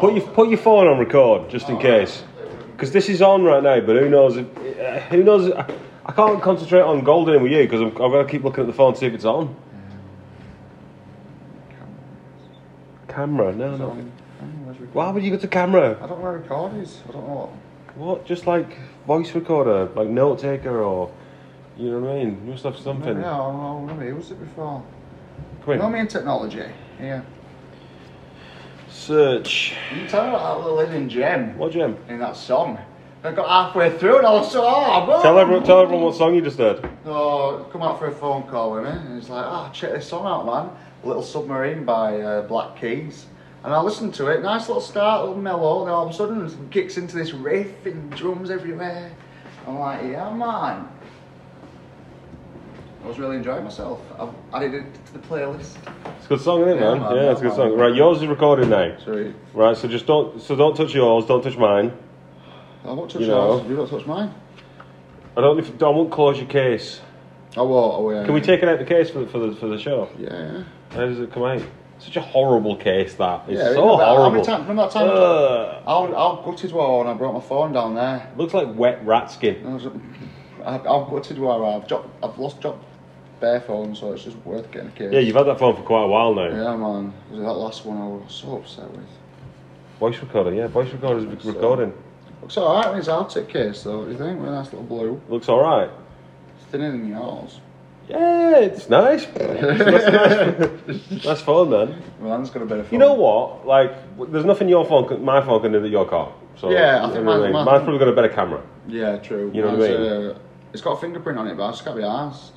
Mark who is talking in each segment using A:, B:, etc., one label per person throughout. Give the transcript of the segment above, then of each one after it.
A: Put your put your phone on record just in case, because this is on right now. But who knows? If, uh, who knows? I, I can't concentrate on golden with you because I've got to keep looking at the phone to see if it's on. Camera? No,
B: Is that
A: no.
B: on? I don't know where's record-
A: Why would you go to camera?
B: I don't know where record is. I don't know.
A: What? Just like voice recorder, like note taker, or you know what I mean? You must have
B: Maybe
A: something.
B: I don't know. I've never used it before.
A: Come
B: You know
A: in.
B: me in technology. Yeah.
A: Search.
B: You tell me about that little hidden gem
A: What gem?
B: in that song. I got halfway through and I was so oh, bro.
A: Tell everyone, tell everyone what song you just heard.
B: So I come out for a phone call with me, and it's like, ah, check this song out, man. Little Submarine by uh, Black Keys. And I listened to it, nice little start, little mellow, and all of a sudden it kicks into this riff and drums everywhere. I'm like, yeah, man. I was really enjoying myself. I've added it to the playlist.
A: It's a good song, isn't it,
B: Yeah,
A: man?
B: man,
A: yeah, it's a good
B: man.
A: song. Right, yours is recorded now.
B: Sorry,
A: Right, so just don't, so don't touch yours, don't touch mine.
B: I won't touch
A: You know.
B: yours. You won't touch mine.
A: I don't, if, I won't close your case.
B: I won't. I will.
A: Can we take it out the case for, the- for the for the show?
B: oh, Yeah.
A: How does it come out? Such a horrible case that. It's
B: yeah,
A: so
B: remember that- How
A: horrible.
B: many times? Remember that time?
A: Ugh.
B: I'll, I'll gutted one and I brought my phone down there.
A: looks like wet rat skin.
B: I was, I've, I've got to do where I've dropped, I've lost drop bare phone, so it's just worth getting a case.
A: Yeah, you've had that phone for quite a while now.
B: Yeah, man. It was That last one I was so upset with.
A: Voice recorder, yeah, voice recorder is
B: So-
A: recording.
B: Looks alright when it's Arctic case, though. What do you think? With a nice little blue.
A: Looks all right.
B: It's thinner than yours.
A: Yeah, it's nice. that's, nice. nice phone, man.
B: My man's got a better phone.
A: You know what? Like, w- there's nothing your phone, can, my phone can do that your car. So
B: Yeah, I
A: you
B: think
A: know what
B: mine-
A: mean?
B: mine-
A: mine's probably got a better camera.
B: Yeah, true.
A: You know what I
B: Mine's,
A: mean?
B: uh, it's got a fingerprint on it, but I just can't be arsed.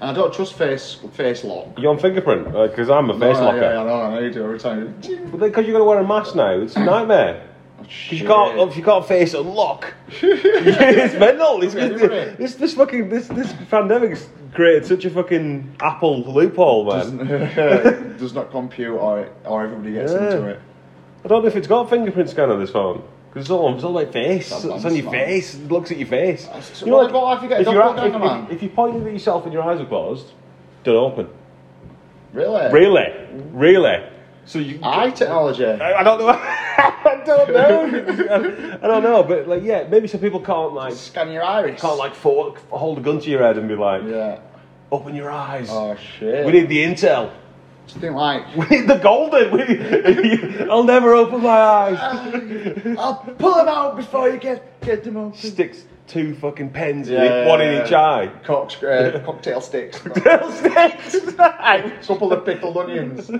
B: And I don't trust face face lock.
A: You on fingerprint? Because I'm a face
B: No,
A: locker.
B: Oh, Yeah, yeah, I know, I know you do every time. Oh,
A: But because you're gonna wear a mask now, it's a nightmare. Because you can't, if you can't face unlock, it's mental. It's,
B: Yeah, you're right.
A: this, this fucking, this, this pandemic's created such a fucking Apple loophole, man.
B: Does, does not compute or, or everybody gets
A: Yeah.
B: into it.
A: I don't know if it's got a fingerprint scanner this phone. Because it's all, it's all about face.
B: That's
A: It's on your
B: smart.
A: face. It looks at your face.
B: That's- what about if you get a
A: you're
B: double
A: if,
B: down, man?
A: if, if you pointed at yourself and your eyes are closed, don't open.
B: Really?
A: Really, really. So you,
B: Eye technology.
A: I, I don't know. I don't know. I don't know. But like, yeah, maybe some people can't like
B: Scan your iris.
A: can't like fork, hold a gun to your head and be like,
B: Yeah.
A: open your eyes.
B: Oh shit.
A: we need the intel.
B: Do you think like
A: We need the golden. We need, I'll never open my eyes.
B: I'll pull them out before you get get them open.
A: Sticks two fucking pens in
B: Yeah.
A: it, one in each eye.
B: Cock, uh, cocktail sticks.
A: Sticks.
B: Couple of pickled onions. I'd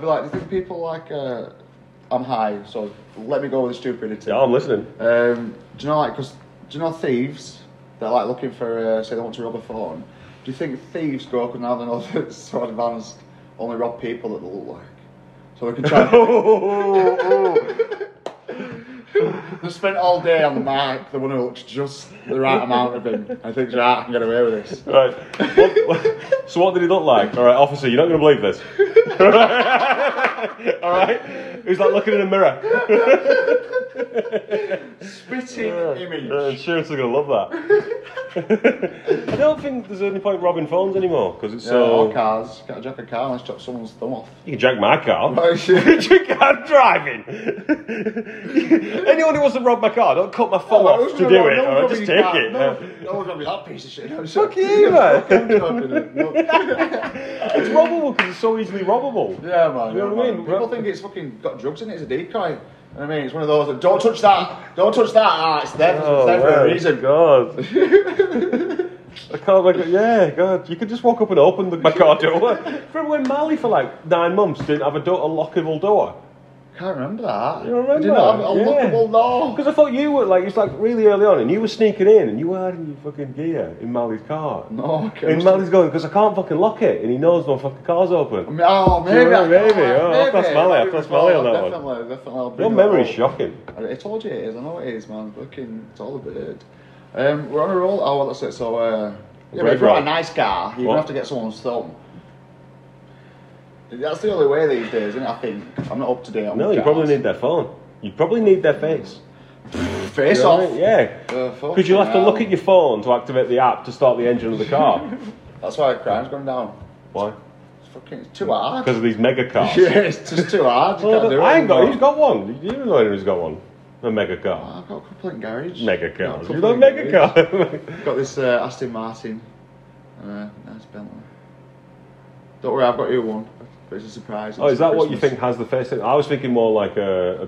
B: be like, do you think people like? Uh, I'm high, so let me go with the stupidity.
A: Yeah, I'm listening.
B: Um, do you know like? Cause do you know thieves? They're like looking for. Uh, say they want to rob a phone. Do you think thieves go up and now they know that it's so advanced, only rob people that they look like, so they can try. They spent all day on the mark, the one who looks just the right amount of him. I think, right, I can get away with this.
A: Right. What- what- so what did he look like? All right, officer, you're not going to believe this. All right. It was like looking in a mirror.
B: Spitting
A: Uh,
B: image.
A: insurance are going to love that. I don't think there's any point robbing phones anymore because it's
B: So,
A: so.
B: or cars. Can't jack a car unless chop someone's thumb off.
A: You can jack my car.
B: Oh, shit.
A: you can't driving. Anyone who wants to rob my car, don't cut my phone off to do it.
B: No one's
A: all
B: gonna
A: right? just
B: be
A: take
B: that-
A: it.
B: No,
A: yeah.
B: no one's gonna be that piece of shit. I'm
A: Fuck
B: sure.
A: you, man.
B: I'm joking, no.
A: It's robbable because it's so easily robbable.
B: Yeah, man.
A: You know what I
B: man.
A: mean?
B: People think it's fucking got drugs in it as a decoy. You know what I mean, it's one of those. That, don't touch that. Don't touch that. Ah, it's there.
A: Oh,
B: for- it's there
A: my
B: for a reason.
A: God. I can't make it. Yeah, God. You could just walk up and open the, my car door. Remember when Mali for like nine months didn't have a, door, a lockable door?
B: Can't remember that.
A: You remember
B: I Oh, did not have a
A: that? Yeah.
B: lookable door.
A: Because I thought you were like, it was like really early on and you were sneaking in and you were hiding your fucking gear in Mali's car.
B: No, okay.
A: And Mali's going, because I can't fucking lock it. And he knows my fucking car's open.
B: Oh, maybe.
A: Yeah, maybe.
B: I-
A: Oh, I've got Smiley, I've got Smiley on that one.
B: definitely, Definitely, definitely. I'll bring
A: Your
B: it
A: memory's
B: up.
A: shocking.
B: I told you it is. I know it is, man. Fucking, it's all a bird. Um, we're on a roll. Oh, well, that's it. So, uh, yeah, but
A: Red
B: if you want
A: roll.
B: a nice car, you're
A: What?
B: gonna have to get someone's thumb. That's the only way these days, isn't it? I think I'm not up to date on.
A: No, you
B: cars.
A: probably need their phone. You probably need their face.
B: face
A: You know what I
B: off.
A: mean? Yeah. Because you'll have to look at your phone to activate the app to start the engine of the car.
B: That's why crime's gone down.
A: Why?
B: It's fucking it's too hard.
A: because of these mega cars.
B: yeah, it's just too hard. You
A: Well,
B: can't do it
A: I ain't got.
B: anymore.
A: Who's got one? You know anyone who's got one? A mega car.
B: I've got a couple in garage.
A: Mega
B: Got a
A: cars.
B: couple
A: You got a
B: in
A: mega
B: garage.
A: car.
B: Got this uh, Aston Martin. Uh, nice Bentley. Don't worry, I've got you one. But it's a surprise.
A: oh,
B: It's
A: is that what you
B: Christmas.
A: think has the face? I was thinking more like a,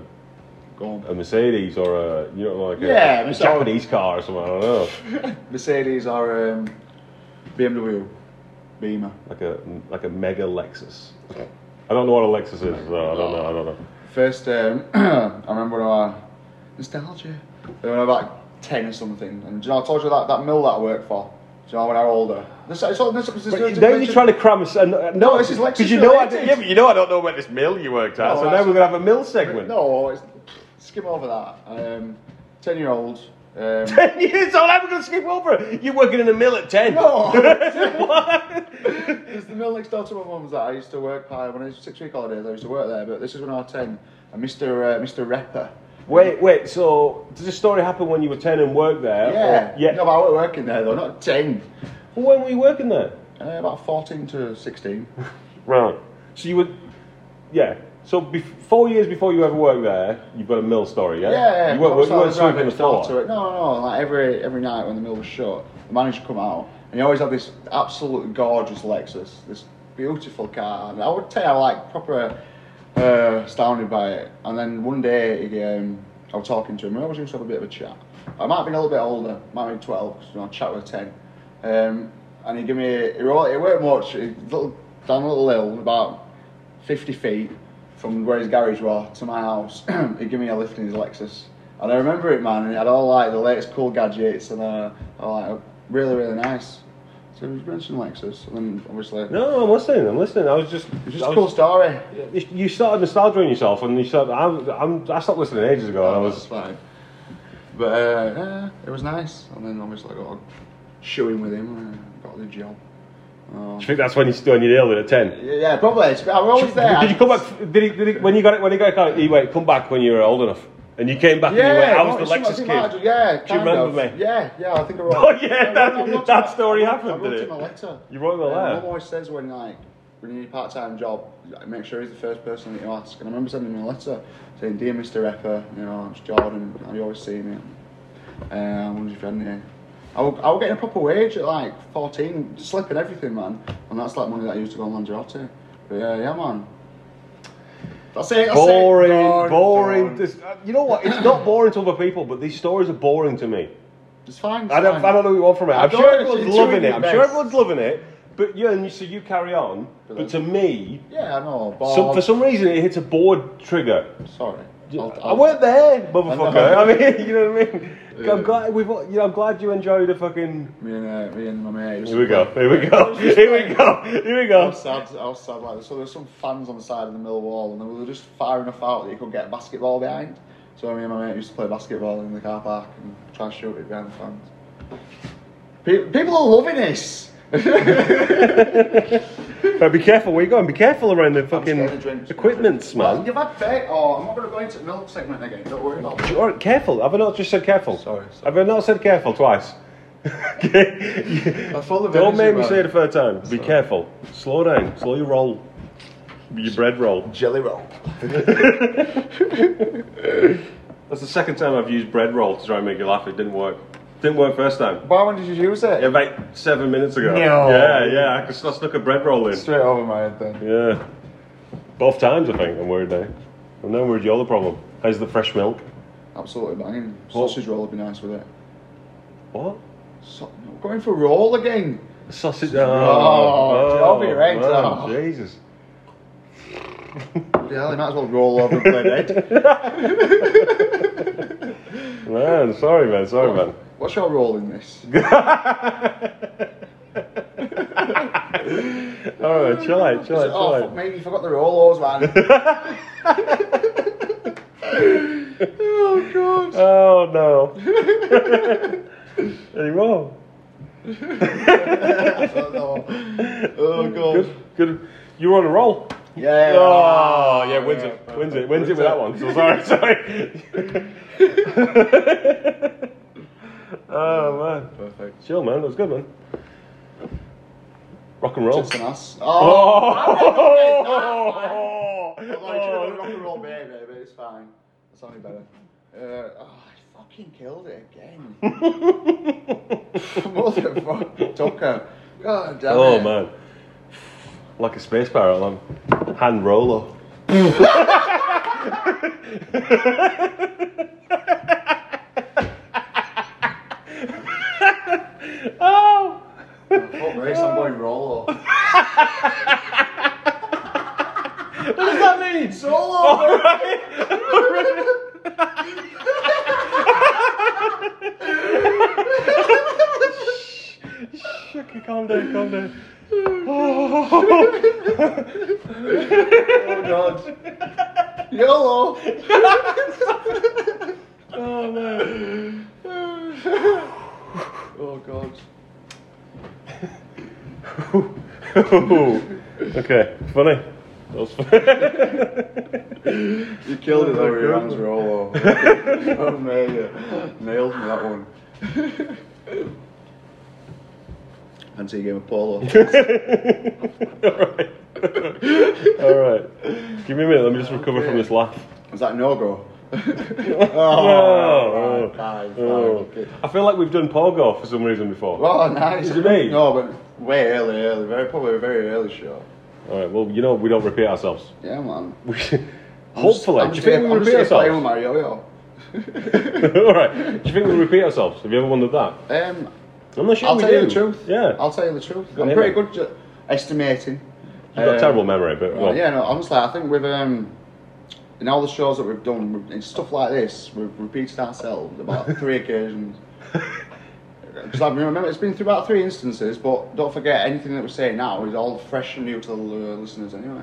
B: Go on.
A: a, a Mercedes or a you know like a,
B: Yeah,
A: a
B: it's all-
A: Japanese car or something. I don't know.
B: Mercedes or um, BMW, Beamer.
A: Like a like a mega Lexus. I don't know what a Lexus is. So I don't know. I don't know.
B: First, um, I remember when I nostalgia. They were about ten or something, and do you know I told you that that mill that I worked for. Do you know when I was older? This, it's all, this, this,
A: But you- now you're trying to cram us. And, uh, no,
B: No, this is Lexus
A: Because you know, I, don't-
B: related.
A: yeah, but you know, I don't know where this mill you worked at.
B: No,
A: so now
B: that's-
A: we're gonna have a mill segment.
B: No, it's, skim over that. Um, ten year old. Um,
A: Ten years old. I'm gonna skip over. it. You're working in a mill at ten.
B: No.
A: What?
B: There's the mill next door to my mum's that I used to work by when I was six week holidays. I used to work there, but this is when I was ten. And Mr. Uh, Mr. Repper.
A: Wait, wait. So, did this story happen when you were ten and worked there? or-
B: Yeah.
A: yeah.
B: No, but I wasn't working there though. Not ten.
A: Well, when were you working there?
B: Uh, about fourteen to sixteen.
A: Right. So you were, yeah. So bef- four years before you ever worked there, you've got a mill story, yeah?
B: Yeah,
A: You weren't, you
B: Cops
A: weren't
B: had a
A: sweeping the
B: driving floor
A: floor.
B: to it. No, no, no. Like every every night when the mill was shut, the manager come out, and he always had this absolutely gorgeous Lexus, this beautiful car. And I would tell you, I like proper uh, astounded by it. And then one day, he, um, I was talking to him. and I always used to have a bit of a chat. I might have been a little bit older, might have been twelve, 'cause, you know, I chat with ten. Um, and he gave me, he wrote, it weren't much. He little down a little hill, about 50 feet from where his garage was to my house. he gave me a lift in his Lexus. And I remember it, man, and it had all like the latest cool gadgets and uh, all like really, really nice. So you mentioned Lexus, and then obviously.
A: No, I'm listening. I'm listening. I was just,
B: It's just
A: I
B: a
A: was-
B: cool story.
A: You started nostalgia on yourself, and you said, I'm, I'm, "I stopped listening ages ago." And I
B: That's
A: was,
B: fine. But uh, yeah, it was nice. And then obviously I got a shoeing with him and I got the job. Uh,
A: do you think that's when you still on your deal at ten?
B: yeah, yeah, probably. It's- I was always there.
A: Did you come back? Did he, did he, when you got it? When he got it? Car, he went, "Come back when you were old enough," and you came back. and you went,
B: Yeah,
A: I
B: no,
A: was the
B: it's-
A: Lexus
B: it's-
A: kid.
B: Yeah,
A: Do you
B: kind
A: remember
B: of.
A: me?
B: Yeah, yeah, I think I wrote.
A: Oh, yeah,
B: I
A: that-
B: wrote- I wrote
A: that
B: him-
A: story
B: I wrote-
A: happened,
B: I wrote
A: did it?
B: him a letter.
A: You wrote him a
B: Yeah, my
A: letter?
B: Mum always says when like when you need a part-time job, like, make sure he's the first person that you ask. And I remember sending him a letter saying, "Dear Mr. Epper, you know, it's Jordan. You always see me. Uh, I wonder if you had any." I was, I was getting a proper wage at like 14, slipping everything, man. And that's like money that I used to go on Lanzarote. But yeah, yeah, man. That's it. That's
A: boring,
B: it. Gone,
A: boring.
B: gone.
A: This- uh, you know what? It's not boring to other people, but these stories are boring to me.
B: It's fine. It's
A: I don't,
B: fine.
A: I don't know what you want from it.
B: I
A: I'm sure
B: don't,
A: everyone's
B: it's
A: loving
B: doing
A: it.
B: your
A: I'm sure
B: best.
A: everyone's loving it. But yeah, and you, so you carry on. But to me,
B: Yeah, I know.
A: some,
B: Bob.
A: for some reason, it hits a bored trigger.
B: Sorry. I'll-
A: I
B: I'll-
A: weren't there,
B: I
A: motherfucker.
B: know.
A: I, mean, you know what I mean.
B: Yeah.
A: I'm glad we've, all- you know, I'm glad you enjoyed the fucking.
B: Me and, uh, me and my mate. just-
A: Here we go. Here we go. Here we go. Here we
B: I
A: go.
B: was sad. I was sad like this. So there were some fans on the side of the mill wall, and they were just far enough out that you could get a basketball behind. So me and my mate used to play basketball in the car park and try and shoot it behind the fans. Pe- people are loving this.
A: Right, be careful where you going. Be careful around the fucking
B: drinks.
A: equipments, man.
B: Well, you've had faith. Oh, I'm not going to go into the milk segment again. Don't worry about it.
A: All right, careful. Have I not just said careful?
B: Sorry, sorry.
A: Have I not said careful twice? okay.
B: I'm full of
A: Don't
B: energy,
A: make me
B: man.
A: say it a third time. Be careful. Slow down. Slow your roll. Your bread roll.
B: Jelly roll.
A: That's the second time I've used bread roll to try and make you laugh. It didn't work. Didn't work first time.
B: Why when did you use it?
A: Yeah, About seven minutes ago.
B: No.
A: Yeah, yeah. I just I stuck a bread roll in.
B: Straight over my head then.
A: Yeah. Both times, I think. I'm worried now. I'm now worried you're the problem. How's the fresh milk?
B: Absolutely banging. Sausage roll would be nice with it.
A: What?
B: So, I'm going for roll again.
A: Sausage.
B: Oh, Toby, right,
A: man,
B: oh.
A: Jesus.
B: Yeah, they might as well roll over and play dead.
A: Man, sorry, man. Sorry, man.
B: What's your role in this?
A: All right, chill out, chill out,
B: oh,
A: chill
B: fuck
A: out.
B: me, you forgot the rollers, man. oh, God.
A: Oh no. Anymore.
B: Oh, no. Oh, God.
A: Good, good. You were on a roll.
B: Yeah.
A: Oh yeah, wins it, wins it, wins it with that one. So sorry, sorry. oh man,
B: Perfect.
A: Oh, chill, man. That was good, man. Rock and roll.
B: Tits and ass. Oh!
A: Oh!
B: I should have rock and roll baby, but it's fine. That's only better. Uh, oh, I fucking killed it again. Motherfucker. Tucker. God damn
A: Oh
B: it.
A: man. Like a space pirate, man. Hand roller. oh!
B: Fuck race, I'm going Rolo.
A: What does that mean?
B: Solo!
A: Okay, calm down, calm down.
B: Oh god. YOLO!
A: Oh man.
B: Oh god.
A: okay, funny. That was funny.
B: You killed it though, with your
A: God.
B: hands Rolo. oh man, yeah. Nailed me that one. Until you gave a polo.
A: Alright. Alright. Give me a minute, let me just recover from this laugh.
B: Is that no go? oh,
A: Oh,
B: right,
A: oh,
B: fine, fine,
A: oh.
B: okay.
A: I feel like we've done Porgo for some reason before.
B: Oh, nice.
A: Is it me?
B: No, but way early, early, very probably a very early show.
A: Alright, well, you know, we don't repeat ourselves.
B: Yeah, man.
A: We Hopefully.
B: I'm
A: Do you
B: just
A: think
B: here-
A: we
B: I'm just
A: repeat
B: here playing with
A: ourselves?
B: my yo-yo.
A: Alright. Do you think we repeat ourselves? Have you ever wondered that?
B: Um,
A: I'm not sure
B: I'll
A: we
B: tell
A: do.
B: you the truth.
A: Yeah.
B: I'll tell you the truth. I'm
A: Anyway.
B: pretty good at estimating.
A: You've got
B: Um,
A: a terrible memory, but
B: Well,
A: well,
B: yeah, no, honestly, I think with um, in all the shows that we've done, in stuff like this, we've repeated ourselves about three occasions. Because I remember it's been through about three instances, but don't forget anything that we say now is all fresh and new to the uh, listeners anyway.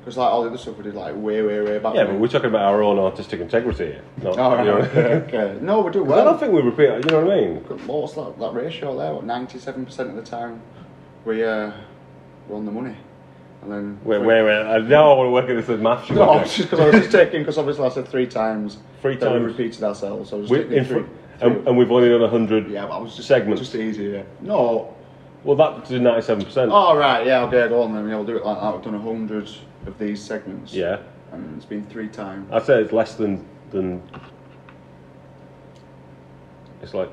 B: Because like all the other stuff we did, like way, way, way back.
A: Yeah,
B: when.
A: but we're talking about our own artistic integrity here. Not,
B: All right,
A: you know-
B: okay, okay. No, we do
A: 'Cause I
B: well.
A: don't think we repeat, you know what I mean?
B: What was that, that ratio there? What ninety-seven percent of the time we uh, we're on the money, and then
A: Wait, wait, wait. I- uh, Now I want to work at this as maths. subject.
B: No, Oh, just because I was just taking because obviously I said three times.
A: Three
B: that we
A: times.
B: repeated ourselves. So I was
A: We,
B: just
A: in
B: taking
A: fr-
B: three.
A: and, and we've only done 100.
B: yeah, but I was just
A: segments.
B: Just easier. No.
A: Well, that's 97%.
B: All right. Yeah. Okay. Go on then. Yeah, we'll do it like that. We've done a hundred of these segments.
A: Yeah.
B: And it's been three times.
A: I'd say it's less than. than it's like.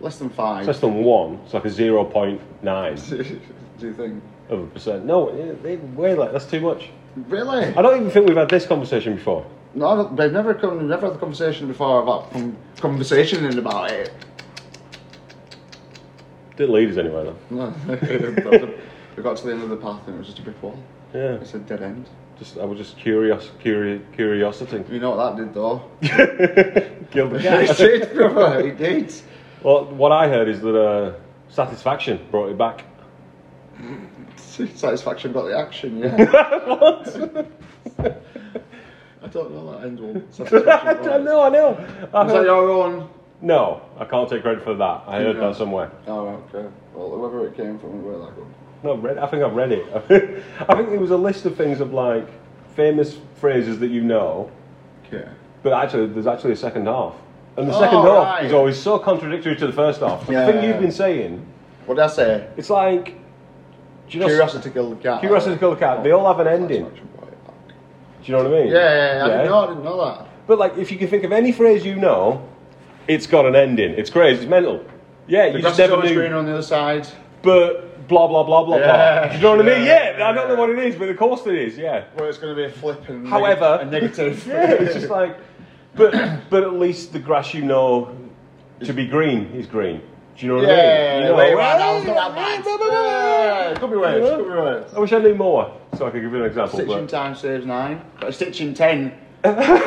B: Less than
A: It's
B: five.
A: less than one. It's like a 0.9
B: do you think?
A: of a percent. No, it, it, way like That's too much.
B: Really?
A: I don't even think we've had this conversation before.
B: No, I don't- they've never come. Never had a conversation before about com- conversationing about it.
A: Didn't lead us anywhere, though.
B: No. we got to the end of the path and it was just a brick wall.
A: Yeah.
B: It's a dead end.
A: Just, I was just curious, curious, curiosity.
B: You know what that did though?
A: Killed the
B: it
A: cat.
B: did, brother. It did.
A: well, what I heard is that uh, satisfaction brought it back.
B: Satisfaction got the action, yeah. I don't know that end one.
A: I
B: Satisfaction
A: don't
B: got it.
A: know, I know. I
B: Is that
A: heard-
B: your own?
A: no, I can't take credit for that. I heard
B: Yeah.
A: that somewhere.
B: Oh, okay. Well, whoever it came from, where that one.
A: No, I've read, I think I've read it. I think it was a list of things of like famous phrases that you know,
B: Yeah.
A: but actually there's actually a second half. And the second
B: Oh,
A: half
B: right.
A: is always so contradictory to the first half. The thing
B: Yeah.
A: you've been saying,
B: What did I say?
A: it's like do you know,
B: Curiosity killed the cat.
A: Curiosity killed the cat. They all have an ending.
B: Satisfaction got it back.
A: Do you know what I mean?
B: Yeah, yeah, yeah. I didn't know. I didn't know that.
A: But like, if you can think of any phrase you know, it's got an ending. It's crazy. It's mental. Yeah,
B: The
A: you
B: grass
A: just
B: is
A: never
B: always
A: knew.
B: greener on the other side.
A: But blah blah blah blah
B: Yeah,
A: blah. You know what I mean?
B: yeah,
A: Yeah, I don't know
B: yeah.
A: what it is, but of course it is. Yeah.
B: Where it's going to be a flip and neg-
A: However,
B: a negative.
A: Yeah, it's just like, but but at least the grass you know to be green is green. Do you know what I mean?
B: yeah,
A: You know,
B: way
A: "Well,
B: round, that was not
A: yeah,
B: that bad.
A: blah, blah, blah."
B: Yeah, Could be worse.
A: Yeah.
B: Could be worse.
A: I wish I knew more, so I could give you an example.
B: Stitch in
A: but-
B: time saves nine, but a stitch in ten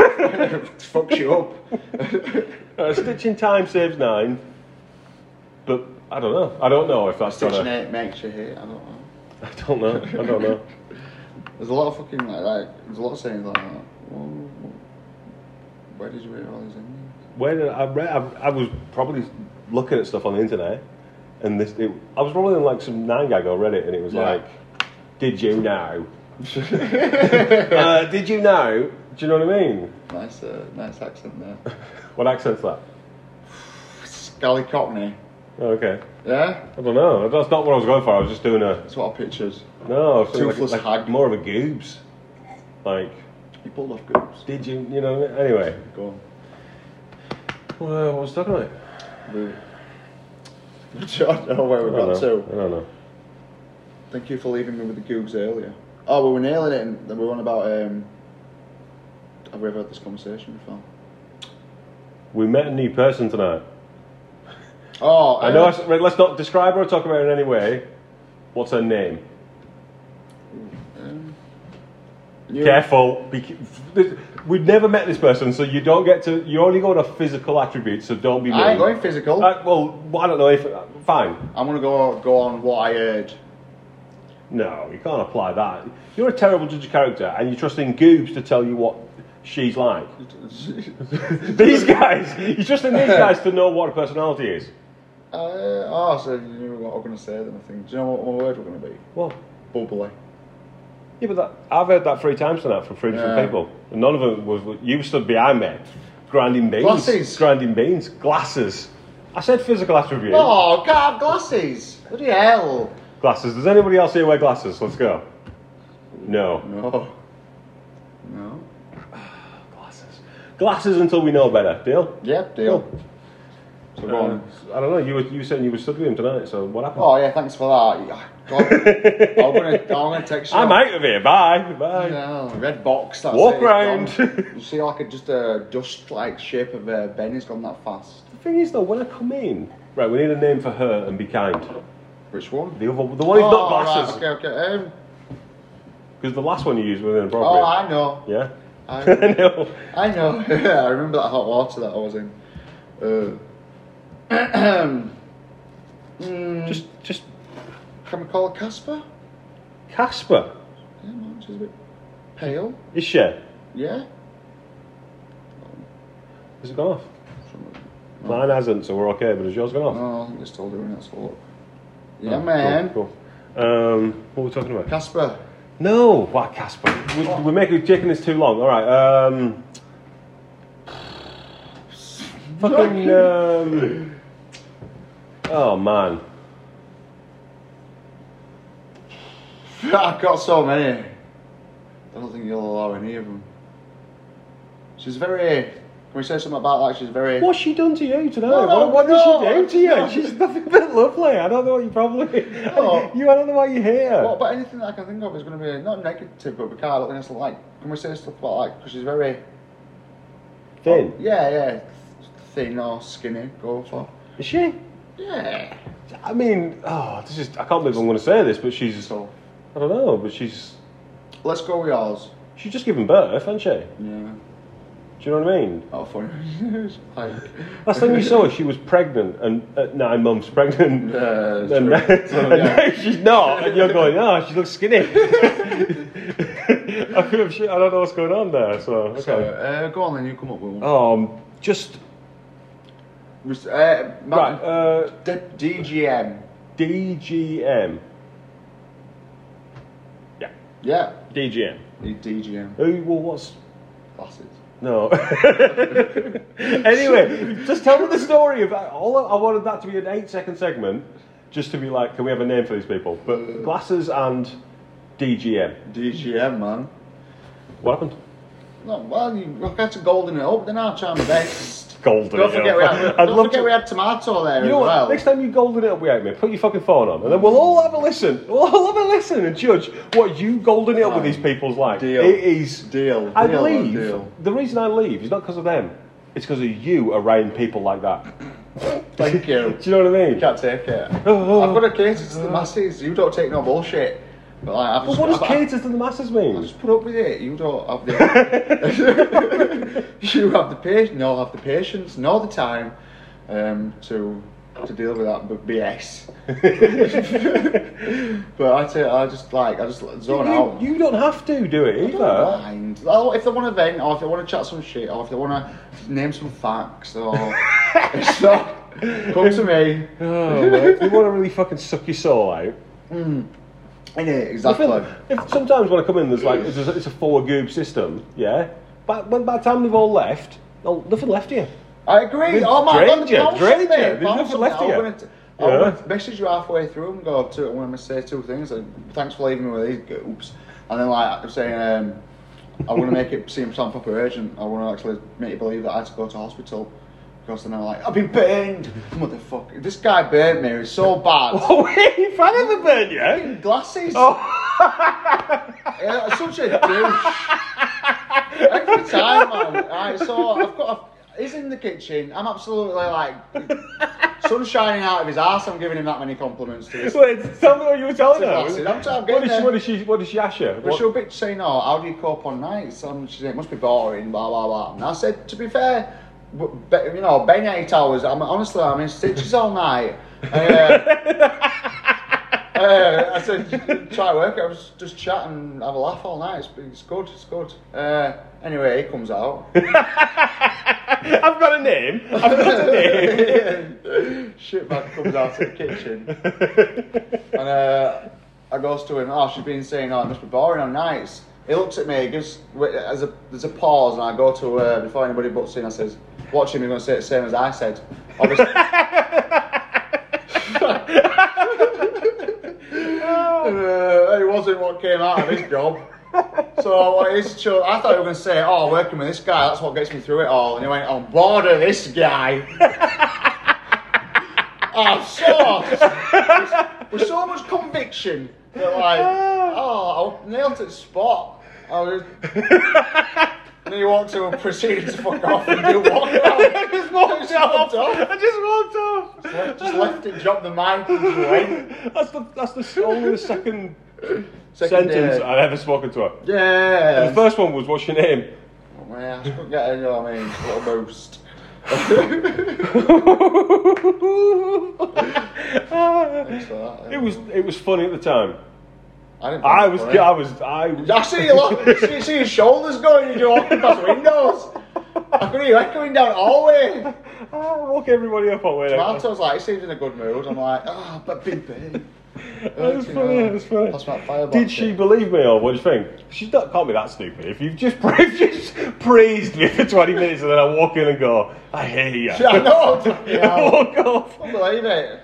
B: fucks you up.
A: Uh, stitch in time saves nine, but I don't know. I don't know if that's
B: Stitching
A: gonna.
B: it makes you hate. I don't know.
A: I don't know. I don't know.
B: There's a lot of fucking like, like there's a lot of sayings like that. Well, where did you read all these endings?
A: Where did I read? I, I was probably looking at stuff on the internet, and this it, I was probably on like some nine gag or Reddit, and it was
B: Yeah.
A: like, "Did you know? uh, did you know? Do you know what I mean?
B: Nice, uh, nice accent there.
A: What accent's that?
B: Scally Cockney.
A: Oh, okay.
B: Yeah?
A: I don't know. That's not what I was going for. I was just doing a
B: That's what I pictured.
A: no. I was doing like-
B: Toothless
A: like,
B: hag.
A: More of a goobs. Like,
B: You pulled off goops.
A: did you? You know. Anyway.
B: Go on.
A: Well, what was I talking about?
B: Move. I don't know where we
A: I don't
B: got
A: know. I
B: to.
A: don't know.
B: Thank you for leaving me with the goobs earlier. Oh, we were nailing it and we were on about. Um, have we ever had this conversation before?
A: We met a new person tonight.
B: Oh,
A: I know. I
B: uh,
A: s- right, let's not describe her or talk about her in any way. What's her name?
B: um, you-
A: Careful. Be, c- this- we've never met this person, so you don't get to. You only go on a physical attribute, so don't be mean.
B: I ain't going physical.
A: Uh, well, I don't know if. uh, Fine.
B: I'm gonna go go on what I heard.
A: No, you can't apply that. You're a terrible judge of character, and you're trusting goobs to tell you what she's like.
B: Uh,
A: these guys, you're trusting these guys to know what her personality is.
B: Uh, oh, so you knew what I was gonna say then. I think. Do you know what my word was gonna be?
A: Well,
B: Bubbly.
A: yeah, but that, I've heard that three times tonight from three different
B: Yeah.
A: people, and none of them was. You stood behind me, grinding beans,
B: Glasses.
A: grinding beans, glasses. I said physical attribute.
B: Oh, God, glasses. Bloody hell.
A: Glasses. Does anybody else here wear glasses? Let's go. No.
B: No. No.
A: Glasses. Glasses until we know better. Deal.
B: Yep, deal.
A: Oh,
B: So go
A: Um,
B: on.
A: I don't know. You were you saying you were stood with him tonight. So what happened?
B: Oh yeah, thanks for that. Yeah, God, I'm gonna, I'm gonna text you.
A: I'm out of here. Bye. Bye.
B: No, red box. That's
A: Walk
B: it, it's
A: round.
B: gone. you see, like a, just a dust-like shape of uh, Ben has gone that fast.
A: The thing is, though, when I come in, right, we need a name for her and be kind.
B: Which one?
A: The other, the one who's not
B: Oh, right,
A: glasses, because
B: okay, okay. Um,
A: the last one you used was inappropriate.
B: oh, I know.
A: Yeah.
B: I know.
A: no.
B: I know. I remember that hot water that I was in. Uh,
A: Just, just
B: can we call her Casper?
A: Casper.
B: Yeah, man, she's a bit pale.
A: Is she? Has
B: Yeah.
A: it gone off? Mine hasn't, so we're okay. But has yours gone off?
B: Oh, I think it's still doing it. So yeah, man.
A: Oh, Cool. cool. Um, what were we talking about?
B: Casper.
A: No, what Casper? We, We're making we're taking this too long. All right. Um, fucking. Um, oh man,
B: I've got so many. I don't think you'll allow any of them. She's very. Can we say something about that? She's very.
A: what's she done to you today?
B: No, no,
A: what what
B: no,
A: did she do to you?
B: no.
A: She's nothing but lovely. I don't know what you probably.
B: No.
A: You, I don't know why you're here.
B: Well, but anything that I can think of is going to be not negative, but we can't. I don't think it's like. Can we say stuff about like? Because she's very. Oh,
A: Thin.
B: Yeah, yeah. Thin or skinny, go for.
A: Is she?
B: Yeah.
A: I mean, oh, this is. I can't believe I'm going to say this, but she's. I
B: So
A: don't know, but she's.
B: let's go with yours.
A: She's just given birth, hasn't she? Do
B: Yeah.
A: you know what I mean?
B: Oh, funny. It's like,
A: Last time you saw her, she was pregnant and at nine months pregnant.
B: Yeah, it's
A: and
B: true.
A: now,
B: uh, So,
A: and
B: yeah.
A: now she's not, and you're going, oh, she looks skinny. I feel shit, I don't know what's going on there. So okay.
B: So, uh, go on then. You come up with one.
A: Um, just
B: Mr. Uh,
A: right.
B: Matt-
A: Uh,
B: D- DGM.
A: DGM. Yeah,
B: Yeah.
A: DGM.
B: D- DGM.
A: Who? Well, what's
B: Glasses.
A: No. anyway, just tell me the story of all. I wanted that to be an eight-second segment, just to be like, can we have a name for these people? But glasses and DGM.
B: DGM, man.
A: What happened?
B: No, well, you I got to golden it up, then I'll try my best.
A: Golden
B: Don't
A: it
B: forget,
A: up.
B: we had,
A: I'd
B: don't
A: love
B: forget
A: to-
B: we had tomato there
A: You know
B: as
A: what?
B: well.
A: Next time you golden it up without me, put your fucking phone on, and then we'll all have a listen. We'll all have a listen and judge what you golden it up with these people's like.
B: Deal.
A: It is.
B: Deal.
A: I
B: Deal,
A: leave.
B: deal.
A: The reason I leave is not because of them. It's because of you around people like that.
B: Thank you.
A: Do you know what I mean?
B: can't take it.
A: Oh.
B: I've got to cater to the masses. You don't take no bullshit. But like, I've
A: But
B: just,
A: what does
B: I've-
A: cater to the masses
B: I've
A: mean?
B: just put up with it. You don't have the. you have the patience, no, have the patience, nor the time, um, to to deal with that b- BS. but I tell you, I just like I just zone out.
A: You, you don't have to do it
B: I
A: either.
B: don't mind. Oh, if they want to vent, or if they want to chat some shit, or if they want to name some facts, or it's not, come to me.
A: Oh, well, if you want to really fucking suck your soul out.
B: In it,
A: I
B: exactly.
A: feel if sometimes when I come in, there's like it's a, it's a forward goob system, yeah. But when by the time they've all left, well, nothing left here.
B: I agree.
A: There's
B: oh my god,
A: danger,
B: the bounce on
A: danger.
B: me,
A: There's
B: bounce
A: nothing
B: on
A: left
B: me. I'm
A: here.
B: gonna t- I'll
A: Yeah.
B: message you halfway through and go to it. I want to say two things. Like, thanks for leaving me with these goops. And then like I'm saying, um, I want to make it seem sound proper urgent. I want to actually make you believe that I had to go to hospital. Because then I'm like, I've been burned, motherfucker. This guy burnt me. It's so bad.
A: Oh, if I never burn you.
B: Glasses.
A: Oh,
B: Yeah, such a douche. Every time, man. Right, so I've got. A, he's in the kitchen. I'm absolutely like sun shining out of his ass. I'm giving him that many compliments to this.
A: wait, tell me what you were telling her.
B: It's a glasses. I'm- I'm
A: what,
B: getting
A: did she,
B: there.
A: what did she? What did she ask you?
B: But
A: What-
B: she'll bitch saying, "Oh, how do you cope on nights?" And she said, "It must be boring." Blah blah blah. And I said, "To be fair, w- be- you know, Ben eight hours. I'm honestly, I'm in stitches all night." Uh, uh, I said, "Try to work." it. I was just chatting, have a laugh all night. It's, it's good. It's good. Uh, anyway, he comes out.
A: I've got a name. I've got a name.
B: Shit man comes out of the kitchen. and uh, I goes to him, oh, she's been saying, oh, it must be boring on nights. He looks at me, he gives, wait, as a, there's a pause, and I go to her, before anybody butts in, I says, watch him, he's going to say the same as I said. Obviously, uh, it wasn't what came out of his job. So what is true, I thought you were going to say, oh, working with this guy, that's what gets me through it all. And he went, I'm bored of this guy. I'm so, with so much conviction that like, oh, I nailed it to the spot. I was, and he walked to and proceeded to fuck off and do walk
A: I
B: out.
A: just walked
B: Just walked
A: off.
B: off.
A: I just walked off.
B: Just left it, dropped the mic and just went.
A: That's the that's the only the second,
B: Second,
A: sentence
B: uh,
A: I've ever spoken to her.
B: Yeah.
A: The first one was what's your name?
B: Yeah, I couldn't get it, you know what I mean? A little boost.
A: it
B: So, uh,
A: was it was funny at the time.
B: I, didn't
A: I was
B: think it
A: I
B: funny.
A: was I was
B: I see a lot. see, see his shoulders going. and You're walking past windows. I could hear echoing down the hallway.
A: I woke everybody up on way.
B: Martha was like, he seems in a good mood. I'm like, ah, but big babe.
A: That was funny. That was funny.
B: uh, That's about fire
A: Did she believe me or what do you think? She don't- can't be that stupid. If you've just, if you've just praised me for 20 minutes and then I walk in and go, I hate you.
B: Yeah, I know. Fucking hell.
A: walk off.
B: Can't believe it.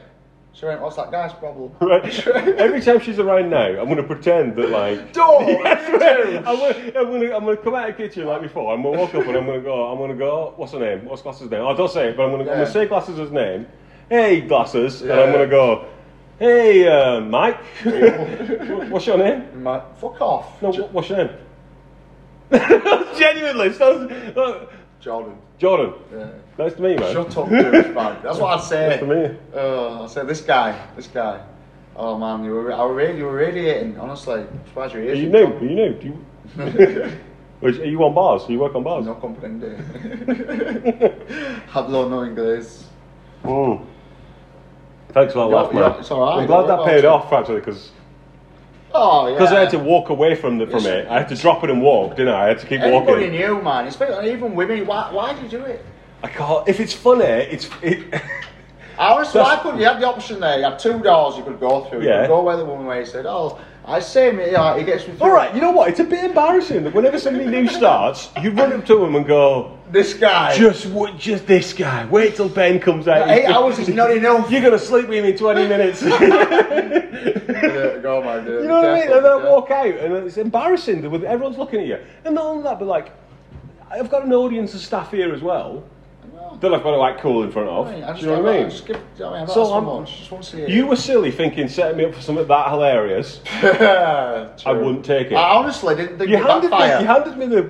B: She went, what's that guy's problem?
A: Right. Every time she's around now, I'm going to pretend that like.
B: Don't!
A: Yes,
B: you
A: right.
B: do.
A: I'm gonna, I'm gonna, I'm gonna come out of the kitchen like before. I'm gonna walk up and I'm gonna go. I'm gonna go. What's her name? What's Glasses' name? I don't say it, but I'm gonna, I'm
B: Yeah.
A: gonna say Glasses' name. Hey, Glasses, and I'm
B: Yeah.
A: gonna go. Hey, uh, Mike. what's your name?
B: I'm like, fuck off.
A: No,
B: J-
A: what, what's your name? Genuinely, so, no.
B: Jordan.
A: Jordan.
B: Yeah.
A: Nice to meet you, man.
B: Shut up, douchebag. That's what I'd say.
A: Nice to meet you.
B: Oh, I said this guy, this guy. Oh man, you were, I were, really- you were radiating. Honestly, I'm surprised your
A: Are
B: ears.
A: you new?
B: didn't
A: Are you new? Do you? Which- Are you on bars? Do you work on
B: come-
A: bars?
B: No comprende. Hablo no inglés.
A: Mm. Thanks for that
B: Yo-
A: laugh,
B: yo,
A: man.
B: it's all right,
A: I'm glad
B: don't
A: that
B: worry
A: paid
B: about
A: off actually, because
B: Oh yeah.
A: I had to walk away from the, from
B: Yes.
A: it. I had to drop it and walk, didn't I? I had to keep
B: Anybody
A: walking.
B: knew, man. Especially even women. Why? Why do you do it?
A: I can't. If it's funny, it's it.
B: I was
A: That's-
B: why couldn't you had the option there? You had two doors you could go through. You
A: Yeah.
B: could go where the woman where you said, "Oh, I say me, yeah, he gets me." Through.
A: All right, you know what? It's a bit embarrassing that whenever somebody new starts, you run up to them and go,
B: This guy.
A: Just what? Just this guy. Wait till Ben comes out.
B: Eight hours is not enough.
A: You're gonna sleep with him in 20 minutes. you know
B: Yeah, go, man, dude.
A: what I mean?
B: Careful,
A: And then I
B: careful.
A: walk out, and it's embarrassing. that With everyone's looking at you, and not only that, but like, I've got an audience of staff here as well that I've got to like cool in front of.
B: Oh, I mean, I
A: Do
B: just
A: you know what I mean?
B: Just give, I mean,
A: So
B: so
A: I'm-
B: much. Just want to see it.
A: You were silly thinking setting me up for something that hilarious. I wouldn't take it.
B: I honestly didn't think
A: You
B: it
A: handed, me,
B: backfired.
A: you handed me the.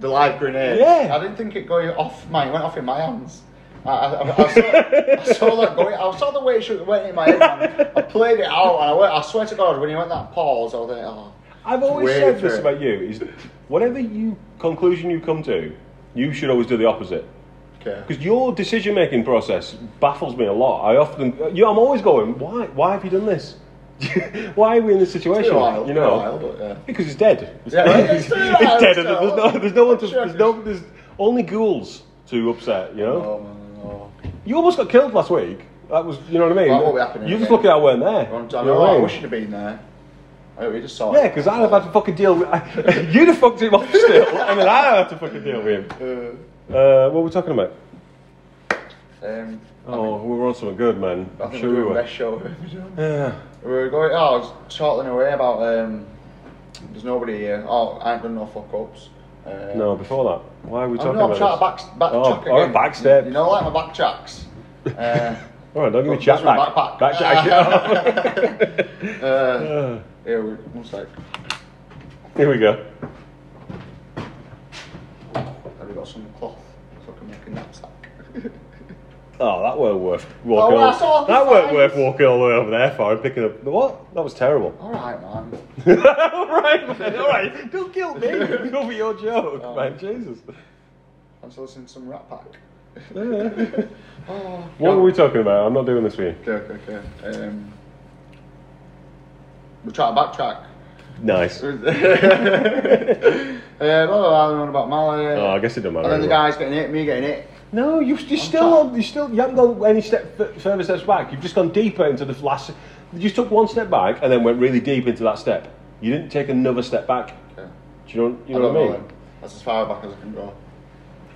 B: the live grenade.
A: Yeah.
B: I didn't think it going off my. It went off in my hands. I, I, I, I, saw, I saw that going. I saw the way it should- went in my head. man. I played it out, and I, went, I swear to God, when you went that pause, I was like, oh.
A: I've always
B: way
A: said this
B: through.
A: about you: is whatever you conclusion you come to, you should always do the opposite.
B: Okay.
A: Because your decision making process baffles me a lot. I often, you know, I'm always going, why? Why have you done this? why are we in this
B: It's
A: situation?
B: been a while,
A: you
B: been a
A: know,
B: while, but yeah.
A: because it's dead. It's
B: Yeah,
A: dead.
B: it's been a while
A: It's dead and
B: still.
A: there's no, there's no one to,
B: Sure.
A: there's no, there's only ghouls to upset. You know,
B: Oh, man, no.
A: you almost got killed last week. That was, you know what I mean.
B: That won't be happening
A: You're just
B: again.
A: lucky I weren't there.
B: I, don't-
A: You
B: I,
A: know
B: know,
A: what I
B: I
A: mean?
B: wish you'd have been there. I we just saw
A: Yeah,
B: it.
A: because I'd have had to fucking deal with. you'd have fucked him off still, and then I'd have had to fucking deal with him.
B: Uh,
A: Uh, what were we talking about?
B: Um,
A: Oh, we were on something good, man.
B: I
A: I'm
B: think
A: sure
B: we're
A: we
B: doing the
A: were.
B: best show we've ever done.
A: Yeah.
B: We were going, oh, I was chortling away about um, there's nobody here. Oh, I ain't done no fuck ups. Uh,
A: No, before that, why are we
B: I'm,
A: talking
B: no, I'm trying to
A: about
B: back, back
A: Oh,
B: track again.
A: alright, back step.
B: You, you know, like my back tracks. Uh,
A: this? All right, don't give me
B: Those
A: chat
B: were
A: back.
B: backpack.
A: Back chat.
B: uh,
A: Uh,
B: here, we, one sec.
A: Here we go.
B: Have we got some cloth so I can make a knapsack?
A: Oh, that weren't worth walking.
B: well,
A: all-
B: that's all the
A: that weren't
B: signs.
A: worth walking all the way over there for and picking up. What? That was terrible.
B: All right, man.
A: all right, man. All right. Don't kill me. Go for your joke,
B: Oh.
A: man. Jesus.
B: I'm still listening to some Rat Pack.
A: Yeah.
B: oh,
A: What were we talking about? I'm not doing this for you.
B: Okay, okay, okay. Um, we're trying to backtrack.
A: Nice.
B: uh, blah, blah, blah, I don't know about Mali.
A: Oh, I guess it doesn't matter.
B: and then the
A: anyway.
B: guy's getting hit, me getting hit.
A: No, you you still you still you haven't gone any step f- further steps back. You've just gone deeper into the last. You just took one step back and then went really deep into that step. You didn't take another step back.
B: Okay.
A: Do you know you
B: I
A: know
B: don't
A: what I
B: know
A: mean?
B: then. That's as far back as I can go.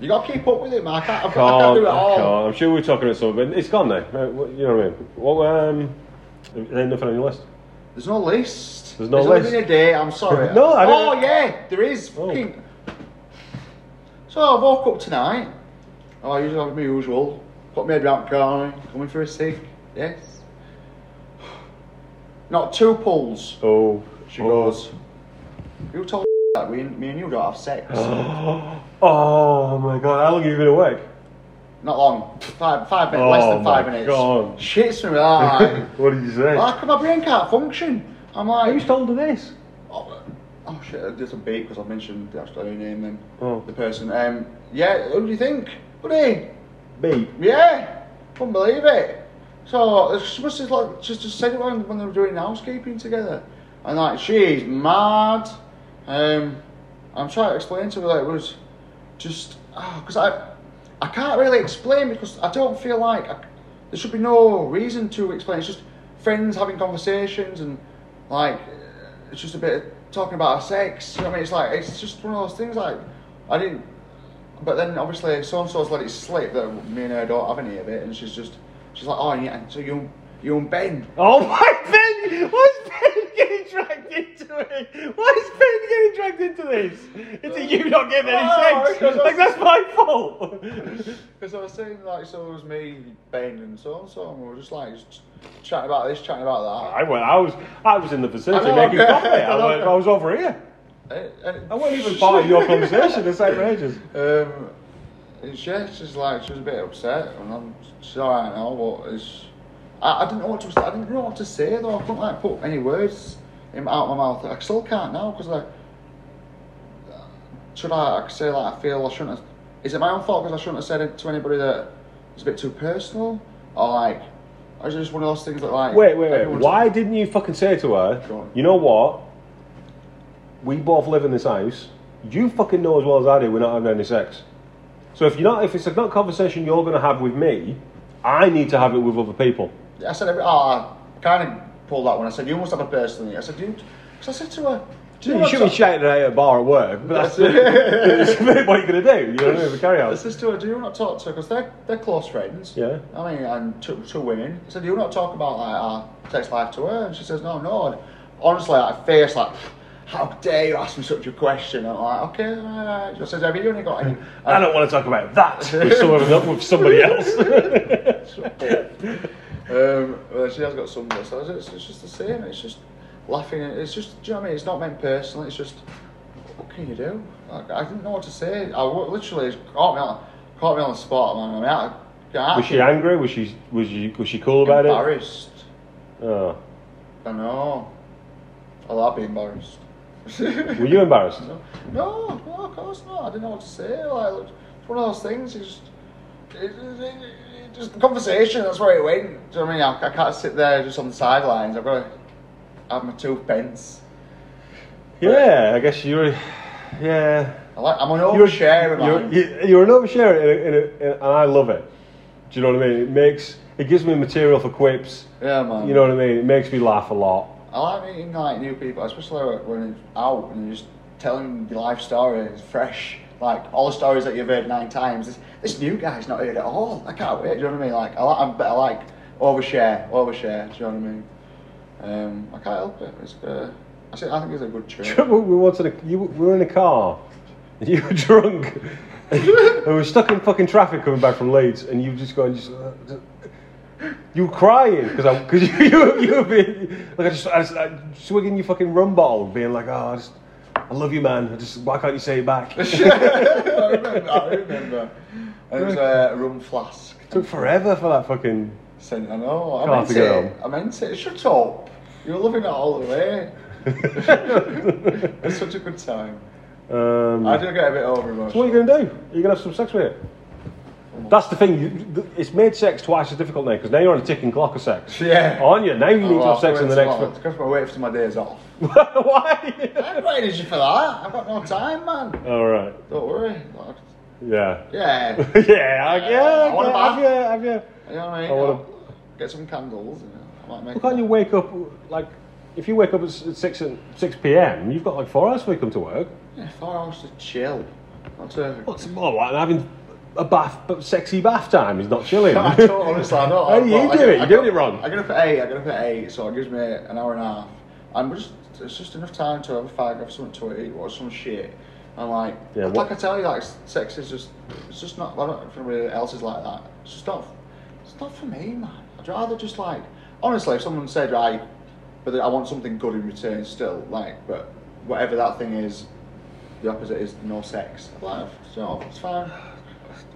B: You got to keep up with it, man. I can't, I can't, I can't
A: Can't,
B: do it
A: I
B: all.
A: can't. I'm sure we we're talking about something, but it's gone now. Uh, what- You know what I mean? What um, there ain't nothing on your list.
B: There's no list.
A: There's no
B: only
A: list.
B: been a day. I'm sorry.
A: No, I
B: Oh
A: don't-
B: yeah, there is.
A: Oh.
B: Fucking- So I woke up tonight. Oh, I usually have my usual. Put my head round the corner. Coming for a cig. Yes. Not two pulls.
A: Oh,
B: She
A: oh.
B: goes. You told that we, me and you don't have sex.
A: Oh my god! How long have you been awake?
B: Not long. Five, five minutes.
A: Oh
B: less than five
A: my
B: minutes.
A: God.
B: Shits me like.
A: what did you say?
B: How come my brain can't function? I'm
A: I
B: like.
A: was told her this.
B: Oh, oh shit, I did some beat because I mentioned the Australian name then.
A: Oh.
B: The person. Um, yeah, who do you think? Buddy?
A: Beep.
B: Yeah, couldn't believe it. So, she must have like, just, just said it when, when they were doing housekeeping together. And like, she's mad. Um, I'm trying to explain to her that it was just, because I, I can't really explain because I don't feel like, I, there should be no reason to explain. It's just friends having conversations and like, it's just a bit of talking about our sex. You know what I mean? It's like, it's just one of those things like, I didn't, but then obviously so and so's let it slip that me and her don't have any of it, and she's just she's like, oh yeah, and so you you and Ben.
A: Oh my Ben! Why's Ben getting dragged into it? Why is Ben getting dragged into this? It's that you not getting any
B: Oh,
A: sex.
B: because
A: Like that's my fault.
B: Because I was saying like so it was me, Ben, and so and so, and we were just like just chatting about this, chatting about
A: I went. I was. I was in the
B: I
A: vicinity
B: know,
A: making
B: okay.
A: coffee. I,
B: I know.
A: went, I was over here.
B: that. And, and-
A: I wasn't even part of your conversation. It's outrageous.
B: Um, and yeah, she's like she was a bit upset, and I'm she's all right now, but it's I, I didn't know what to I didn't know what to say though. I couldn't like put any words in, out my mouth. I still can't now because like should I, I say like I feel I shouldn't have, is it my own fault because I shouldn't have said it to anybody that it's a bit too personal or like is it just one of those things that like
A: Wait, wait, wait.
B: everyone's-
A: Why didn't you fucking say to
B: Go
A: her?
B: on.
A: You know what? We both live in this house. You fucking know as well as I do. We're not having any sex. So if you're not, if it's not a conversation you're going to have with me, I need to have it with other people.
B: I said, every, oh, I kind of pulled that one. I said, you must have a personal. I said, you, because I said to her, do
A: You
B: know
A: should be
B: what's-
A: shouting it out at a bar at work, but that's, that's what you're going to do. You know what I mean? But carry
B: I
A: on.
B: said to her, do you not talk to her? Because they're, they're close friends.
A: Yeah.
B: I mean, and two, two women. I said, do you not talk about like, our sex life to her? And she says, no, no. And honestly, I face like, how dare you ask me such a question? I'm like, okay, alright. She says, have you only got any?
A: I don't want to talk about that with someone else, with somebody else.
B: um, well, she has got some of so it's, it's just the same. It's just laughing. and It's just, do you know what I mean? It's not meant personally. It's just, what can you do? Like, I didn't know what to say. I wa- literally it caught me on, caught me on the spot, man. I mean, I, I
A: was she angry? Was she was she was she cool about it?
B: embarrassed.
A: Oh.
B: I know. I'll I'll be embarrassed.
A: Were you embarrassed?
B: No, no, no, of course not. I didn't know what to say. Like, it's one of those things. It's just, it, it, it, it- just the conversation. That's where it went. Do you know what I mean? I, I can't sit there just on the sidelines. I've got to have my two pence.
A: Yeah, I guess you were. Yeah.
B: I like, I'm an oversharer,
A: You're,
B: man.
A: you- you're an oversharer, in a, in a, in- and I love it. Do you know what I mean? It makes it gives me material for quips.
B: yeah, man.
A: You know what I mean? It makes me laugh a lot.
B: I like meeting like new people, especially when it's out and you're just telling your life story. It's fresh. Like all the stories that you've heard nine times, this, this new guy's not heard at all. I can't wait. Do you know what I mean? Like I, like, I like overshare, overshare. Do you know what I mean? Um, I can't help it. It's, uh, I, think, I think it's a good
A: Do you
B: trait.
A: remember we were once in a, you, we were in a car, and you were drunk, and we were stuck in fucking traffic coming back from Leeds, and you were just going, just, uh, just- you were crying because I because you, you were- you were being like I just I, just- I swigging your fucking rum bottle, being like, oh, I just I love you, man. I just why can't you say it back? It
B: I remember. I remember. And it was uh, a rum flask.
A: took forever for that fucking.
B: Sent, I know. I
A: Can't
B: meant
A: figure it
B: it. I meant it. Shut up. You're loving it all the way. it's such a good time.
A: Um,
B: I do get a bit over emotional.
A: So what are you going to do? Are you going to have some sex with it? That's the thing. You, th- it's made sex twice as difficult now because now you're on a ticking clock of sex.
B: Yeah.
A: Aren't you? Now you need
B: Oh,
A: to have sex in the next.
B: one. Because I wait for my days off.
A: Why?
B: I ain't got energy for that. I've got no time, man.
A: All right.
B: Don't worry.
A: Yeah.
B: Yeah.
A: yeah. I, yeah.
B: I
A: I
B: want a
A: get- have
B: bath.
A: you? Have you?
B: You know what I mean?
A: I wanna-
B: I'll Get some candles. You know. I might make.
A: Well, can't you
B: that.
A: wake up like if you wake up at s- at six and six p.m. You've got like four hours before you come to work.
B: Yeah, four hours to chill. Not to.
A: What's more like having a bath, but sexy bath time is not chilling.
B: I don't, honestly, I don't.
A: How do you
B: I- I-
A: do it?
B: I-
A: You're doing it wrong.
B: I get up at eight. I get up at eight, so it gives me an hour and a half. And just it's just enough time to have a fag, have something to eat, watch some shit. And like,
A: Yeah,
B: like
A: what-
B: I tell you, like sex is just it's just not. I don't know if anybody else is like that. It's just not. It's not for me, man. I'd rather just like honestly, if someone said right, but I want something good in return still, like, but whatever that thing is, the opposite is no sex. I'm Like, you know, it's fine.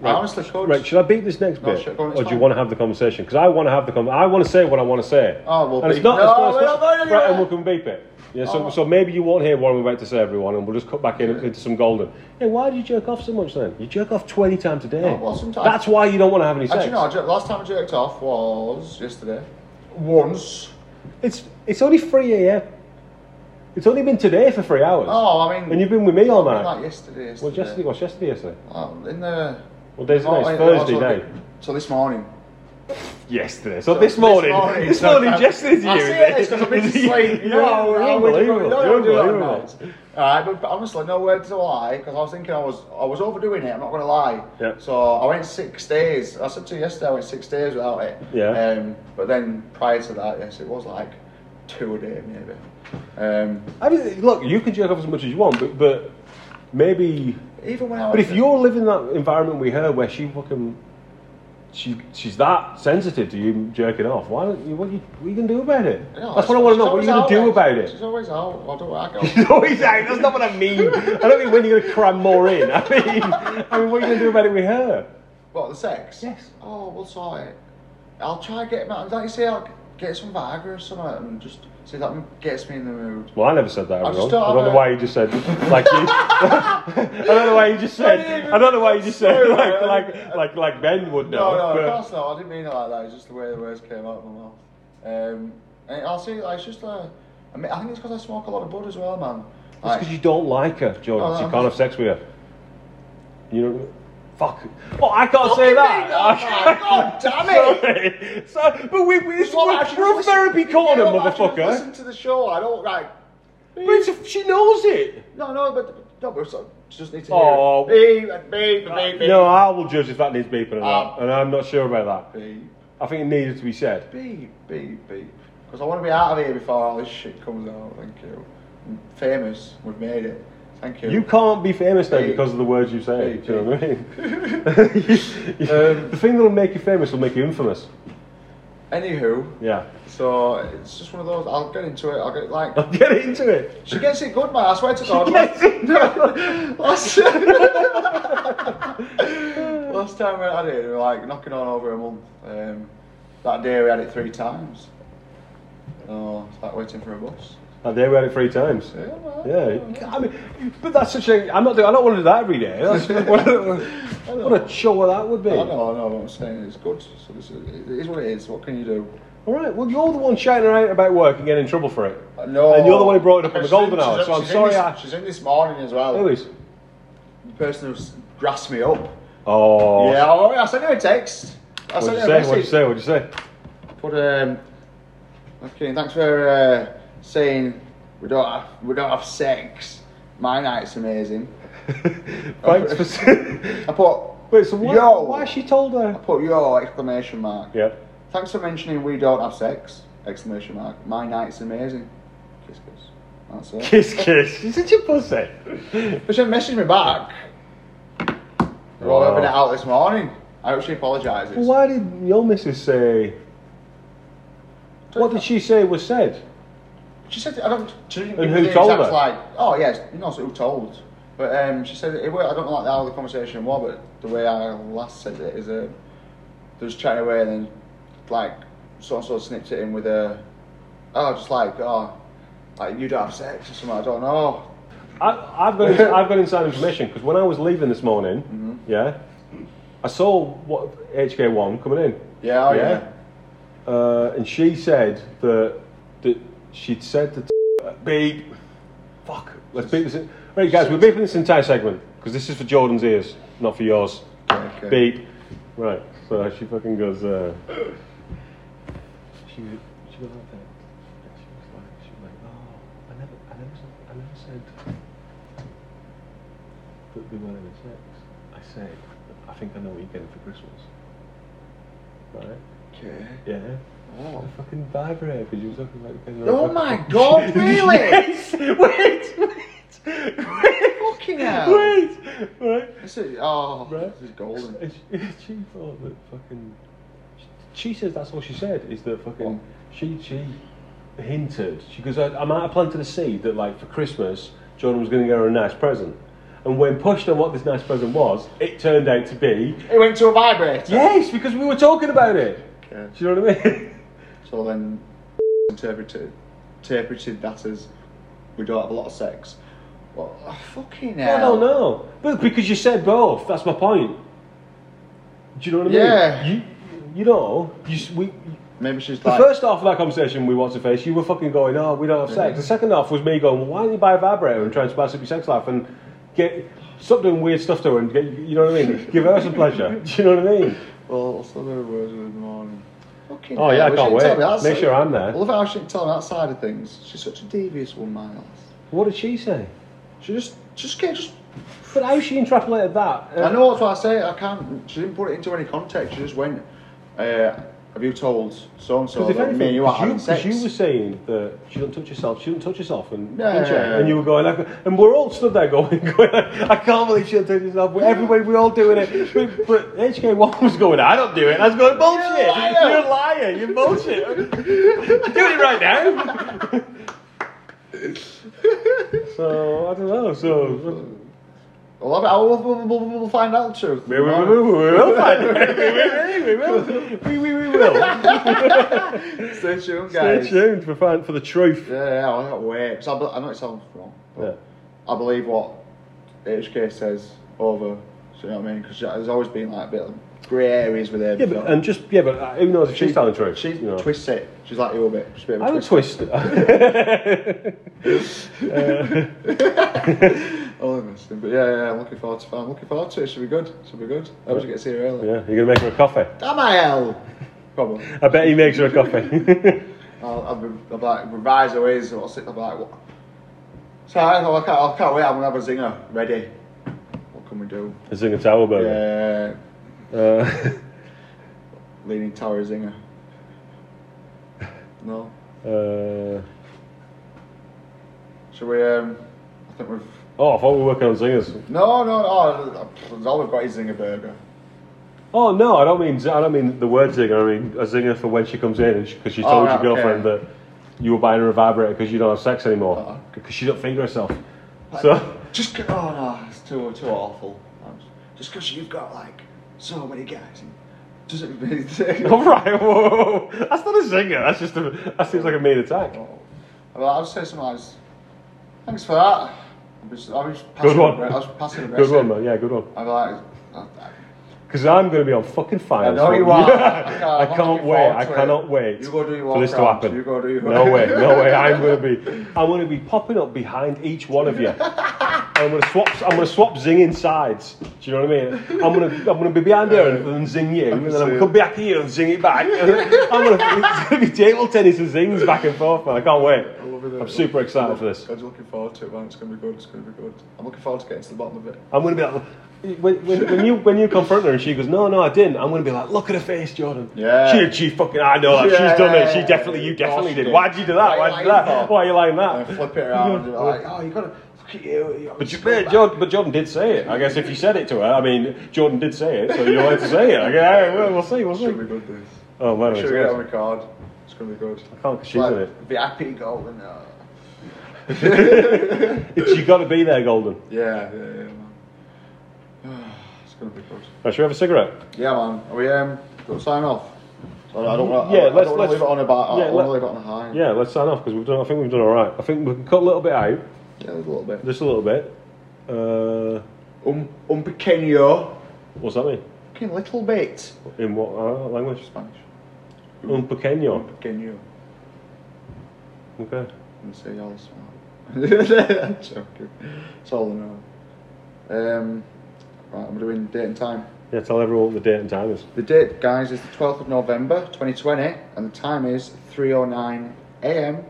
B: I honestly could.
A: Right, should I beat this next
B: No,
A: bit,
B: sure, go on,
A: or
B: it's
A: do you
B: fine.
A: want to have the conversation? Because I want to have the con- I want to say what I want to say.
B: Oh, we'll
A: and it's
B: beep-
A: not.
B: No,
A: it's not-
B: we're not going anywhere.
A: right, and we can beep it. Yeah, so,
B: Oh.
A: so maybe you won't hear what I'm about to say, everyone, and we'll just cut back in into some golden. Hey, why do you jerk off so much then? You jerk off 20 times a day.
B: No, Oh, well, sometimes-
A: That's why you don't want to have any sex.
B: Actually, no. I jer- last time I jerked off was yesterday. Once.
A: It's it's only 3 a.m. It's only been today for three hours.
B: Oh, I mean.
A: And you've been with me all night.
B: Like yesterday. yesterday.
A: well, yesterday, what's yesterday, yesterday?
B: Oh, in the.
A: Well, day's
B: oh,
A: today? It's
B: yeah,
A: Thursday
B: oh, so-
A: now.
B: So this morning.
A: Yesterday. So, this morning, this morning,
B: so I-
A: yesterday's you.
B: I see it. It's because I've been asleep. You know,
A: you're
B: I wake up-
A: unbelievable.
B: you know, I
A: You're
B: do that
A: unbelievable.
B: at night. Alright, but, but honestly, no word to lie, because I was thinking I was I was overdoing it. I'm not going to lie.
A: Yeah.
B: So I went six days. I said to you yesterday, I went six days without it.
A: Yeah.
B: Um, but then prior to that, yes, it was like two a day maybe. Um,
A: I mean, look, you can jerk off as much as you want, but, but maybe.
B: even when I
A: But
B: was-
A: if you're living that environment with her where she fucking. She, she's that sensitive to you jerking off. Why don't you? What are you, what are you gonna do about it?
B: No,
A: That's what I want to know. What are
B: she's
A: you gonna
B: always
A: do
B: out there.
A: about it?
B: She's always out. I don't I go.
A: No, exactly. That's not what I mean. I don't mean when you're going to cram more in. I mean, I mean, what are you going to do about it with her?
B: What the sex?
A: Yes.
B: Oh, we'll sort it. I'll try and get him out. Like you say, I'll get some Viagra or something and just see if that gets me in the mood.
A: Well, I never said that.
B: I
A: I, don't
B: just don't have
A: know
B: a-
A: why you just said like you. I don't know why you just said. I don't know why you just said
B: Sorry,
A: like
B: man.
A: like like like Ben would know.
B: No, no,
A: but-
B: of course not. I didn't mean it like that. It's just the way the words came out of my mouth. Um, and I'll see. Like, it's just a. I mean, I think it's because I smoke a lot of bud as well, man.
A: It's
B: Like,
A: because you don't like her, Jordan.
B: Oh,
A: so you
B: I'm-
A: can't have sex with her. You know. Fuck. Oh, I can't say
B: Fucking
A: that.
B: me, man. God damn it.
A: Sorry. Sorry. But we, we,
B: You
A: this,
B: know what, I
A: we're,
B: should
A: we're a
B: listen-
A: therapy
B: you know
A: corner,
B: what, I should
A: motherfucker.
B: Listen to the show. I don't like.
A: But it's- she knows it.
B: No, no, but no, but so, just need to hear.
A: Oh.
B: Beep, beep, beep, beep.
A: No, I will judge if that needs beeping or not,
B: Ah.
A: and I'm not sure about that.
B: Beep.
A: I think it needed to be said.
B: Beep, beep, beep. Because I want to be out of here before all this shit comes out. Thank you. I'm famous. We've made it. Thank you.
A: You can't be famous now
B: Beep.
A: because of the words you say.
B: Beep,
A: Do you know what I mean?
B: Um,
A: the thing that'll make you famous will make you infamous.
B: Anywho,
A: Yeah.
B: so it's just one of those. I'll get into it. I'll get like.
A: Get into it.
B: She gets it good, man. I swear to God.
A: gets it
B: last, last, last time we had it, we were like knocking on over a month. Um, that day we had it three times. Oh, it's like waiting for a bus.
A: That day we had it three times.
B: Yeah, well,
A: Yeah, I mean, but that's such a. I'm not. Doing, I don't want to do that every day. That's, what, a, what a chore that would be.
B: I know, I know what I'm saying. It's good. So this is, it is what it is. What can you do?
A: All right. Well, you're the one shouting around about work and getting in trouble for it.
B: No.
A: And you're the one who brought it up in the
B: She's
A: golden
B: she's
A: hour,
B: in-
A: so I'm
B: she's in
A: sorry
B: This,
A: I-
B: She's in this morning as well.
A: Who is?
B: The person who's grassed me up.
A: Oh.
B: Yeah, all right, I sent her a text. I
A: What'd
B: sent
A: you
B: her a
A: say? What'd you
B: message.
A: say? What'd you say?
B: But um, okay, thanks for uh, saying we don't have, we don't have sex. My night's amazing.
A: Thanks for.
B: I put
A: Wait, so why,
B: Yo.
A: why she told
B: I
A: her?
B: put your exclamation mark.
A: Yeah.
B: Thanks for mentioning we don't have sex! Exclamation mark. My night's amazing. Kiss kiss. That's it.
A: Kiss, kiss. She's such a pussy.
B: But she messaged me back. We're all
A: Wow.
B: having it out this morning. I hope she apologises.
A: Well, why did your missus say? What did she say was said?
B: She said, I don't. She didn't
A: And
B: give
A: who
B: me the
A: told
B: exact,
A: her?
B: Like, oh yes, you know so who told. But um, she said it. wa- I don't know like how the conversation was, but the way I last said it is, uh, they was chatting away and then, like, so and so snipped it in with a, oh, just like, oh, like you don't have sex or something. I don't know.
A: I, I've got I've got inside information because when I was leaving this morning, yeah, I saw what HK one coming in,
B: Yeah, oh, yeah.
A: uh, and she said that that she'd said to t- beep, fuck, let's beep this. In. Right, guys, we're beeping this entire segment because this is for Jordan's ears, not for yours.
B: Okay.
A: Beep. Right. So she fucking goes. Uh, she was- she was like that. And she was like she was like oh I never I never said, I never said that they weren't having sex. I said I think I know what you're getting for Christmas. Right.
B: Okay.
A: Yeah.
B: Oh.
A: I fucking vibrated because you were talking about getting
B: Oh
A: a-
B: my God, really?
A: yes! Wait, wait, wait.
B: Fucking hell.
A: Wait, right.
B: This is, oh,
A: Right.
B: this is golden.
A: And she, she thought that fucking. She says that's all she said is that fucking.
B: What?
A: She she hinted. She goes, I, I might have planted a seed that like for Christmas Jordan was going to get her a nice present, and when pushed on what this nice present was, it turned out to be
B: It went to a vibrator.
A: yes because we were talking about it.
B: Okay.
A: Do you know what I mean?
B: So then interpreted interpreted that as we don't have a lot of sex. Well, oh, fucking hell.
A: I don't know, but because you said both, that's my point. Do you know what I
B: Yeah.
A: mean? You you know you s- we
B: Maybe she's
A: The
B: like,
A: first half of that conversation we what's her face, you were fucking going, oh, we don't have
B: Mm-hmm.
A: sex. The second half was me going, well, why don't you buy a vibrator and try and spice up your sex life and get stop doing weird stuff to her and get you know what I mean? Give her some pleasure. Do you know what I mean?
B: well, what's the other words of the morning? Fucking
A: Oh, yeah, I
B: hell,
A: can't
B: she didn't tell
A: wait.
B: me that
A: Make
B: side-
A: sure I'm there.
B: I love how she didn't tell me that side of things. She's such a devious one, Miles.
A: What did she say?
B: She just, just can't, just.
A: But how she interpolated that? uh,
B: I know that's what I say. I can't. She didn't put it into any context. She just went, uh, "Have you told so and so
A: Because if
B: that me
A: anything,
B: and you are having
A: because you,
B: sex?"
A: because you were saying that she don't touch herself, she don't touch herself, and
B: Yeah,
A: didn't she?
B: yeah, yeah.
A: and you were going, like, and we're all stood there going, going I can't believe she don't touch herself. We're, everybody, we're all doing it. But, but HK one was going, I don't do it. I was going, bullshit.
B: You're a
A: You're
B: liar."
A: a liar. You're bullshit. I'm doing it right now. so I don't know. So
B: I love it. I will, we'll, we'll, we'll find out the truth.
A: we will, we will, we will find out. We will, we will, we will, we will.
B: Stay tuned, guys.
A: Stay tuned for find, for the truth.
B: Yeah, yeah, I can't wait. 'Cause I, be- I know it sounds wrong, but
A: Yeah.
B: I believe what HK says over. Do you know what I mean? Because there's always been like a bit of grey areas with her.
A: Yeah, but, and just yeah, but uh, who knows if she's telling the truth?
B: She
A: you know.
B: twists it. She's like you a bit. She's a bit of
A: I
B: a
A: would
B: twist.
A: twist. Uh,
B: Oh, I'm missing. But yeah, yeah, I'm looking forward to. I'm looking forward to it. Should be good. Should be good. I hope she gets here early.
A: yeah, you're gonna make her a coffee.
B: Damn I hell. Probably.
A: I bet he makes her a coffee.
B: I'll, I'll, be, I'll be like revise her ways. I'll sit. I'll be like, what? So I, I can't. I can't wait. I'm gonna have a zinger ready. What can we do?
A: a zinger tower burger.
B: Yeah,
A: Uh,
B: leaning tower zinger. No.
A: uh,
B: Shall we? Um, I think we've.
A: oh, I thought we were working on zingers.
B: No, no, no. That's all we've got is Zinger Burger.
A: Oh no, I don't mean z- I don't mean the word zinger. I mean a zinger for when she comes in because she,
B: Oh,
A: told
B: right,
A: your girlfriend
B: okay.
A: that you were buying her a vibrator because you don't have sex
B: Uh-huh.
A: anymore because she don't finger herself. So
B: Just go, oh no, it's too too awful. Um, Just because you've got like so many guys, and doesn't mean
A: all right, whoa, whoa, whoa. that's not a zinger. That's just a, that seems like a mean attack.
B: Well, I'll just say something like, this. thanks for that. I'm just, I'm just
A: Good
B: passive-
A: one.
B: I was passing
A: Good
B: aggressive.
A: one, man. Yeah, good one.
B: I'm like, I-
A: Because I'm going to be on fucking fire.
B: I know
A: so-
B: you are.
A: I
B: I'm
A: can't
B: looking
A: wait.
B: forward
A: I
B: to it.
A: cannot wait
B: You go do your
A: for this to
B: walk-around.
A: happen.
B: You go do your-
A: no way. No way. I'm going to be. I'm going to be popping up behind each one of you. and I'm gonna swap. I'm gonna swap zinging sides. Do you know what I mean? I'm gonna I'm gonna be behind here and, and zing you, and then I'm gonna come back here and zing it back. I'm gonna it's gonna be table tennis and zings back and forth, man. I can't wait.
C: love it. uh,
A: I'm super excited for this.
C: God's looking forward to it, man. It's going to be good. It's going to be good. I'm looking forward to getting to the bottom of it.
A: I'm gonna be like, when, when, when you when you confront her and she goes, no, no, I didn't. I'm gonna be like, look at her face, Jordan.
B: Yeah.
A: She, she fucking, I know that.
B: Yeah.
A: She's done it. She definitely, you
B: Of course
A: definitely
B: she
A: did.
B: did.
A: Why'd you do that?
B: Why
A: Why'd
B: are
A: you
B: you
A: do that?
B: lying for?
A: Why are you lying that?
B: And flip it around and be like, oh, you gotta look at you. you
A: But, you, but, Jordan, but Jordan did say it. I guess if you said it to her, I mean, Jordan did say it, so you're allowed to say it. Okay, all right, well, we'll see, we'll
C: It's going to
A: see.
C: be good, this.
A: Oh, man,
C: Should
A: it's
C: we get it on
A: awesome.
C: record? It's going to be good.
A: I can't shoot
B: like,
A: with it.
B: VIP golden. Uh,
A: It's, you got to be there, Golden.
C: Yeah, yeah, yeah, man. it's going to be good.
A: Right, Uh, should we have a cigarette?
B: yeah, man. Are we um, gonna sign off? I don't, I don't, wanna-
A: Yeah,
B: I don't,
A: let's-
B: I don't wanna
A: let's-
B: leave it on about.
A: yeah,
B: I want to
A: let-
B: leave it on a high.
A: Yeah, let's sign off because we've done. I think we've done all right. I think we can cut a little bit out,
B: yeah, there's a little bit.
A: just a little bit. Uh,
B: Um, un pequeño.
A: what's that mean?
B: Fucking little bit.
A: In what uh, language?
B: Spanish.
A: Un pequeño.
B: Pequeño.
A: Okay.
B: and say y'all smart. I'm joking. It's all I know. Um, right, I'm doing date and time.
A: Yeah, tell everyone what the date and time is.
B: The date, guys, is the 12th of November 2020, and the time is 3:09 a.m.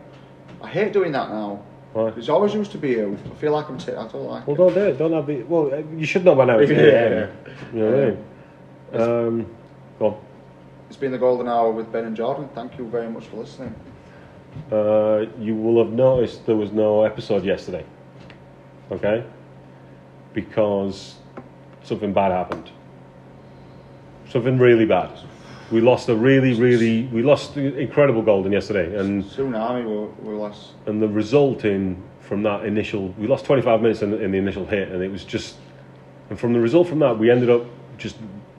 B: I hate doing that now.
A: Why?
B: It's always used to be you. I feel like I'm. T- I don't like.
A: Well,
B: it.
A: don't do it. Don't have the. Well, uh, you should know by now. It's
B: Yeah.
A: 8 a.m. You know what I mean? Um, go on.
B: It's been the golden hour with Ben and Jordan. Thank you very much for listening.
A: Uh, you will have noticed there was no episode yesterday. Okay? Because something bad happened. Something really bad. We lost a really, really, we lost the incredible golden yesterday, and
B: Tsunami will will last.
A: and the resulting from that initial, we lost 25 minutes in, in the initial hit, and it was just, and from the result from that, we ended up just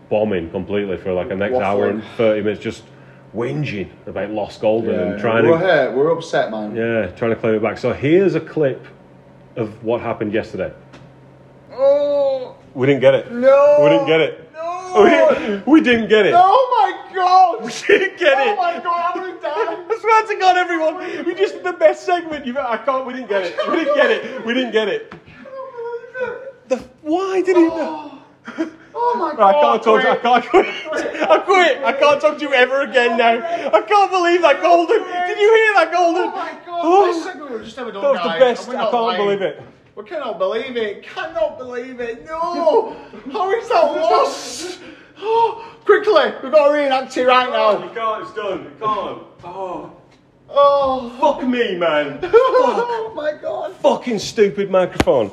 A: bombing completely for like a next hour and 30 minutes, just whinging about lost golden and trying
B: we're
A: to
B: hurt. We're upset, man.
A: yeah, trying to claim it back. So here's a clip of what happened yesterday.
B: Oh
A: We didn't get it.
B: no!
A: We didn't get it.
B: No!
A: We didn't, we didn't get it.
B: Oh my god!
A: We didn't get
B: Oh
A: it.
B: my god, I'm gonna die!
A: I swear to God, everyone, we just did the best segment you've. e, I can't. We didn't get it. We didn't get it. We didn't get it. The why did he?
B: Oh, oh my
A: I
B: god!
A: can't talk. To, I
B: wait.
A: can't quit. I quit. I can't talk to you ever again now. I can't believe that golden. Did you hear that golden?
B: Oh my god!
A: Oh,
B: this segment was just never done,
A: that was the
B: guys.
A: best.
B: We're
A: I
B: not
A: can't
B: lying.
A: believe it.
B: We cannot believe it. Cannot believe it. No! How is that lost? Oh, quickly, we've got to reenact it right now.
A: can't. It's done. You can't. Oh,
B: Oh,
A: fuck me, man.
B: oh my god!
A: fucking stupid microphone.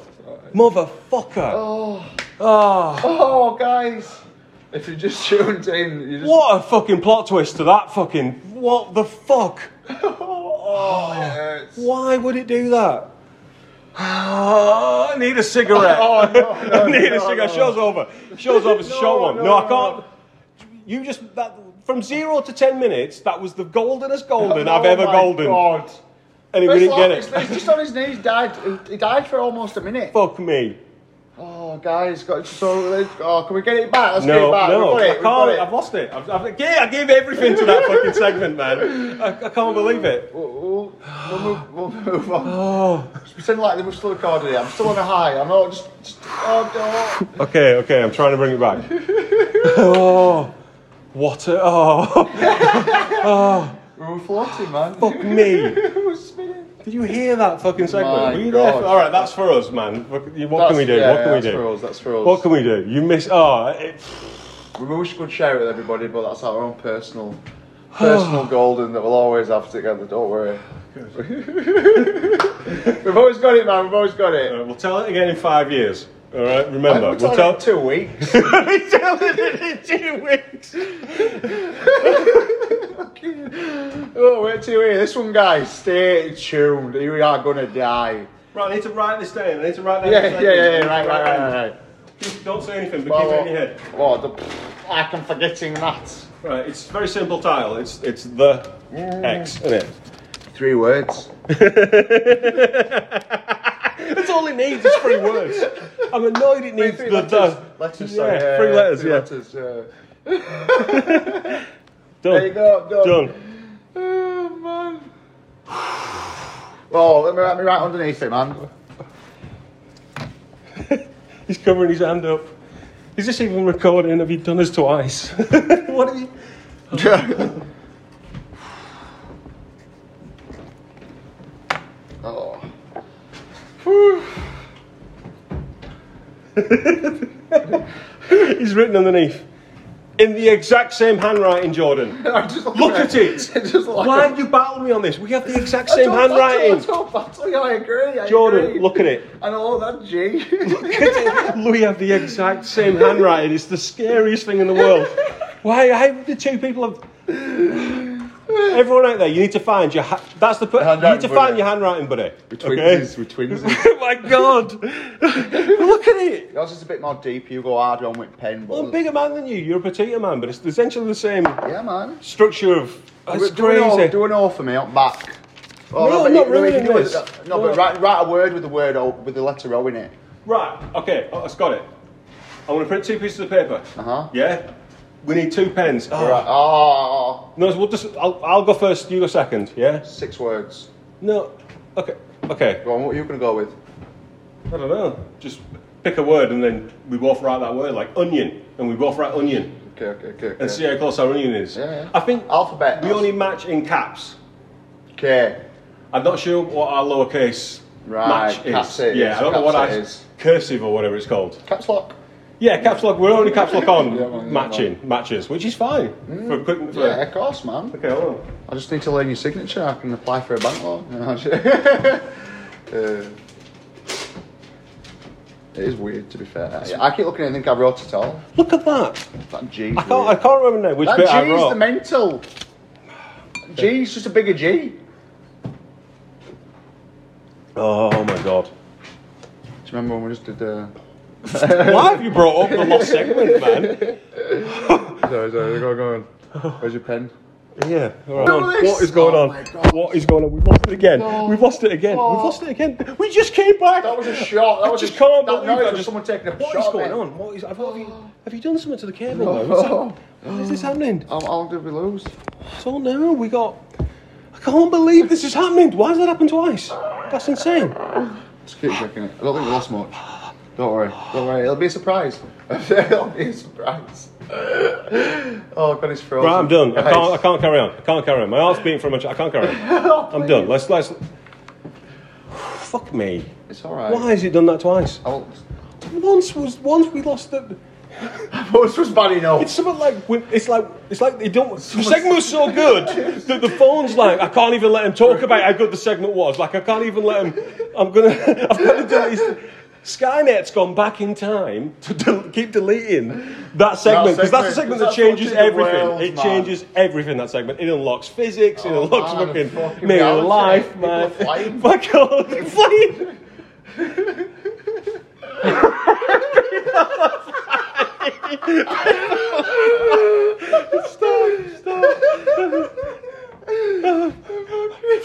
A: Motherfucker.
B: Oh,
A: Ah,
B: oh, guys! If you just tuned in, you just
A: what a fucking plot twist to that fucking. What the fuck?
B: Oh, it hurts.
A: Why would it do that? Ah, I need a cigarette.
B: Oh, no, no,
A: I need
B: no,
A: a cigarette.
B: no.
A: Show's over. Show's over. It's a short
B: No,
A: one. No,
B: no,
A: I
B: no.
A: can't. You just that from zero to ten minutes. That was the goldenest golden I've
B: Oh
A: ever
B: my
A: golden,
B: God.
A: and he
B: Best
A: didn't get
B: laugh,
A: it.
B: He's, he's just on his knees. Died. He died for almost a minute.
A: Fuck me.
B: Oh, guys, got so. Oh, can we get it back? Let's get
A: No,
B: it back.
A: no,
B: We've got it.
A: I can't.
B: We've got
A: I've lost it. I've, I've, yeah, I gave everything to that fucking segment, man. I, I can't believe it.
B: We'll, we'll, we'll move, we'll move on.
A: Oh.
B: Just pretend like we're still recording here. I'm still on a high. I'm not just. just oh, no.
A: Okay, okay, I'm trying to bring it back. oh, what a. Oh,
B: We were floating, man.
A: fuck me.
B: we were spinning.
A: Did you hear that fucking segment?
B: My
A: Were you there?
B: God.
A: For, all right, that's for us, man. What, you- what
B: That's-
A: can we do?
B: yeah,
A: what can we
B: that's
A: do?
B: For us, that's for us.
A: What can we do? You miss. Oh, it,
B: We wish we could share it with everybody, but that's our own personal, personal golden that we'll always have together. Don't worry. We've always got it, man. We've always got it.
A: uh, we'll tell it again in five years. All right, remember.
B: We'll tell it in two weeks.
A: we'll tell it in two weeks.
B: oh, wait till you hear this one, guys. Stay tuned. You are gonna die.
A: Right, I need to write this down. I need to write down.
B: Yeah,
A: the
B: yeah,
A: segment.
B: yeah. Right, right, right, right.
A: Keep- Don't say anything, but
B: Well,
A: keep it in your head.
B: well, the- I can forgetting that.
A: Right, it's a very simple title. It's it's the X, isn't it?
B: Three words.
A: It's all it needs is three words. I'm annoyed it needs
B: Three
A: the,
B: letters.
A: the
B: Letters.
A: yeah,
B: sorry. Yeah,
A: three
B: yeah,
A: letters.
B: Three
A: yeah,
B: letters. Yeah.
A: done.
B: There you go. Done.
A: Done.
B: Oh man. Well, let me, let me right underneath it, man.
A: He's covering his hand up. Is this even recording? Have you done us twice? what are you?
B: Oh.
A: He's written underneath in the exact same handwriting, Jordan.
B: I'm just looking
A: Look at it.
B: It's just like
A: Why
B: a-
A: have you battled me on this? We have the exact
B: I
A: same
B: don't- I
A: handwriting.
B: don't, I don't battle you, I agree. I agree.
A: Jordan, look at it.
B: I know that G.
A: We have the exact same handwriting. It's the scariest thing in the world. Why? How the two people have. Everyone out there, you need to find your. Ha- that's the. Per- you need to
C: Handwriting
A: find
C: buddy.
A: your handwriting buddy.
C: Twinsies, we're twinsies.
A: oh my god! Look at it.
B: Yours is a bit more deep. You go harder on with pen, but
A: I'm a bigger man than you. You're a petite man, but it's essentially the same
B: yeah, man.
A: structure of. That's
B: Uh, Do an O-
A: crazy.
B: Do an O for me up back. Oh,
A: No,
B: but
A: I'm
B: you-
A: not
B: you
A: ruining
B: can do it-
A: this.
B: No,
A: No.
B: but write, write a word with the word O, with the letter O in it.
A: Right. Okay. oh, I've got it. I'm gonna print two pieces of paper.
B: Uh-huh.
A: Yeah. We need two pens. Oh.
B: Right. Oh,
A: No, we'll just. I'll, I'll go first. You go second. Yeah.
B: six words.
A: No. Okay. Okay.
B: Go on, what are you going to go with?
A: I don't know. Just pick a word and then we both write that word, like onion, and we both write onion
B: Okay, okay, okay. okay.
A: and see how close our onion is.
B: Yeah, yeah.
A: I think
B: Alphabet.
A: we only match in caps.
B: Okay.
A: I'm not sure what our lowercase
B: Right,
A: match is.
B: caps it
A: yeah,
B: is,
A: I don't know what
B: caps
A: I
B: it is.
A: cursive or whatever it's called.
B: Caps lock.
A: Yeah, caps lock. We're only caps lock on
B: Yeah, well, yeah, Mm.
A: matching matches, which is fine for quick. For,
B: Yeah, of course, man.
A: Okay, hold on.
B: I just need to learn your signature. I can apply for a bank loan. Uh, it is weird, to be fair. I, I keep looking and think I wrote it all.
A: Look at that.
B: That G.
A: I can't. I can't remember now which
B: That
A: bit
B: G
A: I
B: is
A: wrote.
B: the mental. G is just a bigger G.
A: oh my god.
B: Do you remember when we just did the?
A: Why have you brought up the lost segment, man?
B: Sorry, sorry, go on, go on. Where's your pen?
A: Yeah. all
B: No,
A: right.
B: this-
A: What is going
B: Oh
A: on?
B: my God.
A: What is going on? We've lost it again.
B: No.
A: We've lost it again.
B: Oh.
A: We've lost it again. We just came back.
B: That was a shot. That
A: I
B: was
A: just
B: a,
A: can't
B: that
A: believe
B: noise
A: that.
B: was someone taking a
A: What
B: shot.
A: is going
B: mate.
A: on? What is? Have, have you, have you done something to the cable?
B: No.
A: though? What's that- what is this happening?
B: How, how long did we lose?
A: I don't know. We got. I can't believe this is happening. Why has that happened twice? That's insane.
B: Just keep checking it. I don't think we lost much. Don't worry. Don't worry. It'll be a surprise. It'll be a surprise. oh, God, it's frozen.
A: Right, I'm done. I
B: Guys.
A: can't. I can't carry on. I can't carry on. My heart's beating from much. I can't carry on. I'm done. Let's. Let's. Fuck me.
B: It's all right.
A: Why has it done that twice?
B: I won't-
A: Once was once we lost the.
B: This was bad enough.
A: It's something like when it's like it's like they don't. The segment was so good that the phone's like I can't even let him talk about how good the segment was. Like I can't even let him. I'm gonna. I've got to delete. Skynet's gone back in time to del- keep deleting that segment because that's the segment
B: segment.
A: that
B: That's
A: changes
B: what did the
A: everything.
B: world,
A: it
B: man.
A: changes everything. That segment. It unlocks physics. it
B: Oh,
A: unlocks
B: man,
A: fucking
B: fucking
A: me
B: reality.
A: life,
B: People
A: man.
B: are flying.
A: My God, they're flying.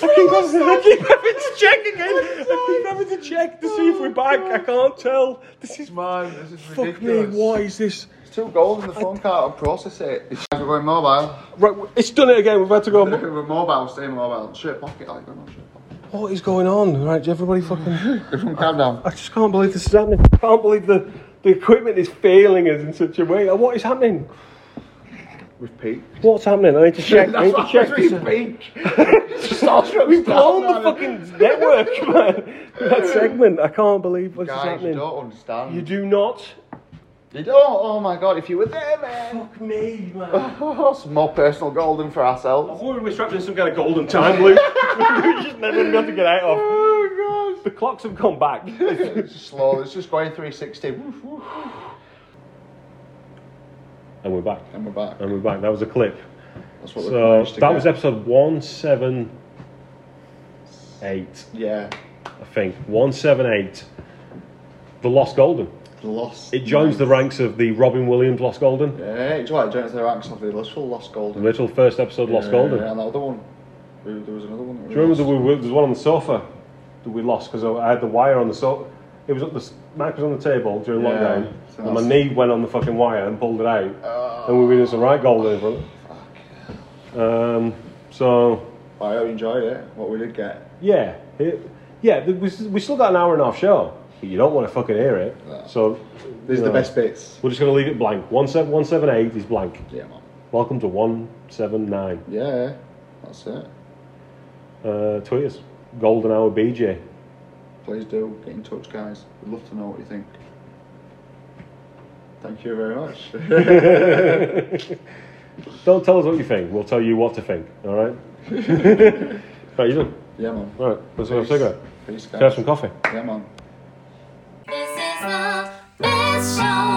A: I keep, having, I keep having to check again. I keep having to check to see if we're back.
B: Oh,
A: I can't tell. This is
B: Man, this is
A: fuck me.
B: ridiculous.
A: What is this?
B: It's too gold in the phone card. I'll process it. It's we're going mobile.
A: Right, it's done it again. We've had to go. on.
B: we're mobile. Stay mobile. Shirt pocket. Like, we're not shirt pocket.
A: What is going on? Right, everybody, fucking.
B: Everyone calm down.
A: I just can't believe this is happening. I can't believe the the equipment is failing us in such a way. Like, What is happening?
B: We've peaked.
A: What's happening? I need to check. I need to check.
B: we
A: this out.
B: peak. Just all shut
A: We've
B: down,
A: blown the
B: man.
A: fucking network, man. That segment. I can't believe what's
B: Guys, you
A: happening.
B: don't understand.
A: You do not.
B: You don't. Oh my god, if you were there, man.
A: Fuck me, man.
B: Some more personal golden for
A: I
B: ourselves.
A: thought we were trapped in some kind of golden time loop. we just never got to get out of.
B: Oh
A: The clocks have come back.
B: god. It's just slow. It's just going 360. Woof, woof.
A: And we're back.
B: And we're back.
A: And we're back. That was a clip.
B: That's what we
A: So
B: managed to
A: that
B: get.
A: was episode 178,
B: Yeah.
A: I think. 178. The Lost Golden.
B: The lost.
A: It joins the ranks of the Robin Williams Lost Golden.
B: Yeah, it's right. It joins the ranks of the literal lost golden.
A: Little first episode Lost
B: yeah,
A: Golden.
B: Yeah, and that other one. There there was another one. That we
A: Do you remember that
B: lost.
A: we, we, there was one on the sofa that we lost because I had the wire on the sofa? It was up the s- mic was on the table during
B: Yeah,
A: lockdown,
B: so
A: and my
B: that's-
A: knee went on the fucking wire and pulled it out, and we were doing some right golden in front.
B: Oh,
A: Um, so
B: I hope you enjoyed it. What we did get.
A: yeah, it, yeah, th- we, s- we still got an hour and a half show. you don't want to fucking hear it.
B: No.
A: So
B: These
A: you
B: are the
A: know,
B: best bits.
A: We're just gonna leave it blank. One seven one seven eight is blank.
B: Yeah, man.
A: Welcome to one seven nine.
B: Yeah, that's it.
A: Uh, tweet us. Golden hour BJ.
B: Please do get in touch, guys. We'd love to know what you think. Thank you very much.
A: Don't tell us what you think. We'll tell you what to think. All right. right, you done?
B: yeah, man.
A: All right. Let's have a
B: Peace.
A: cigarette.
B: Peace,
A: Let's have
B: guys.
A: some coffee.
B: Yeah, man.
D: This is the best show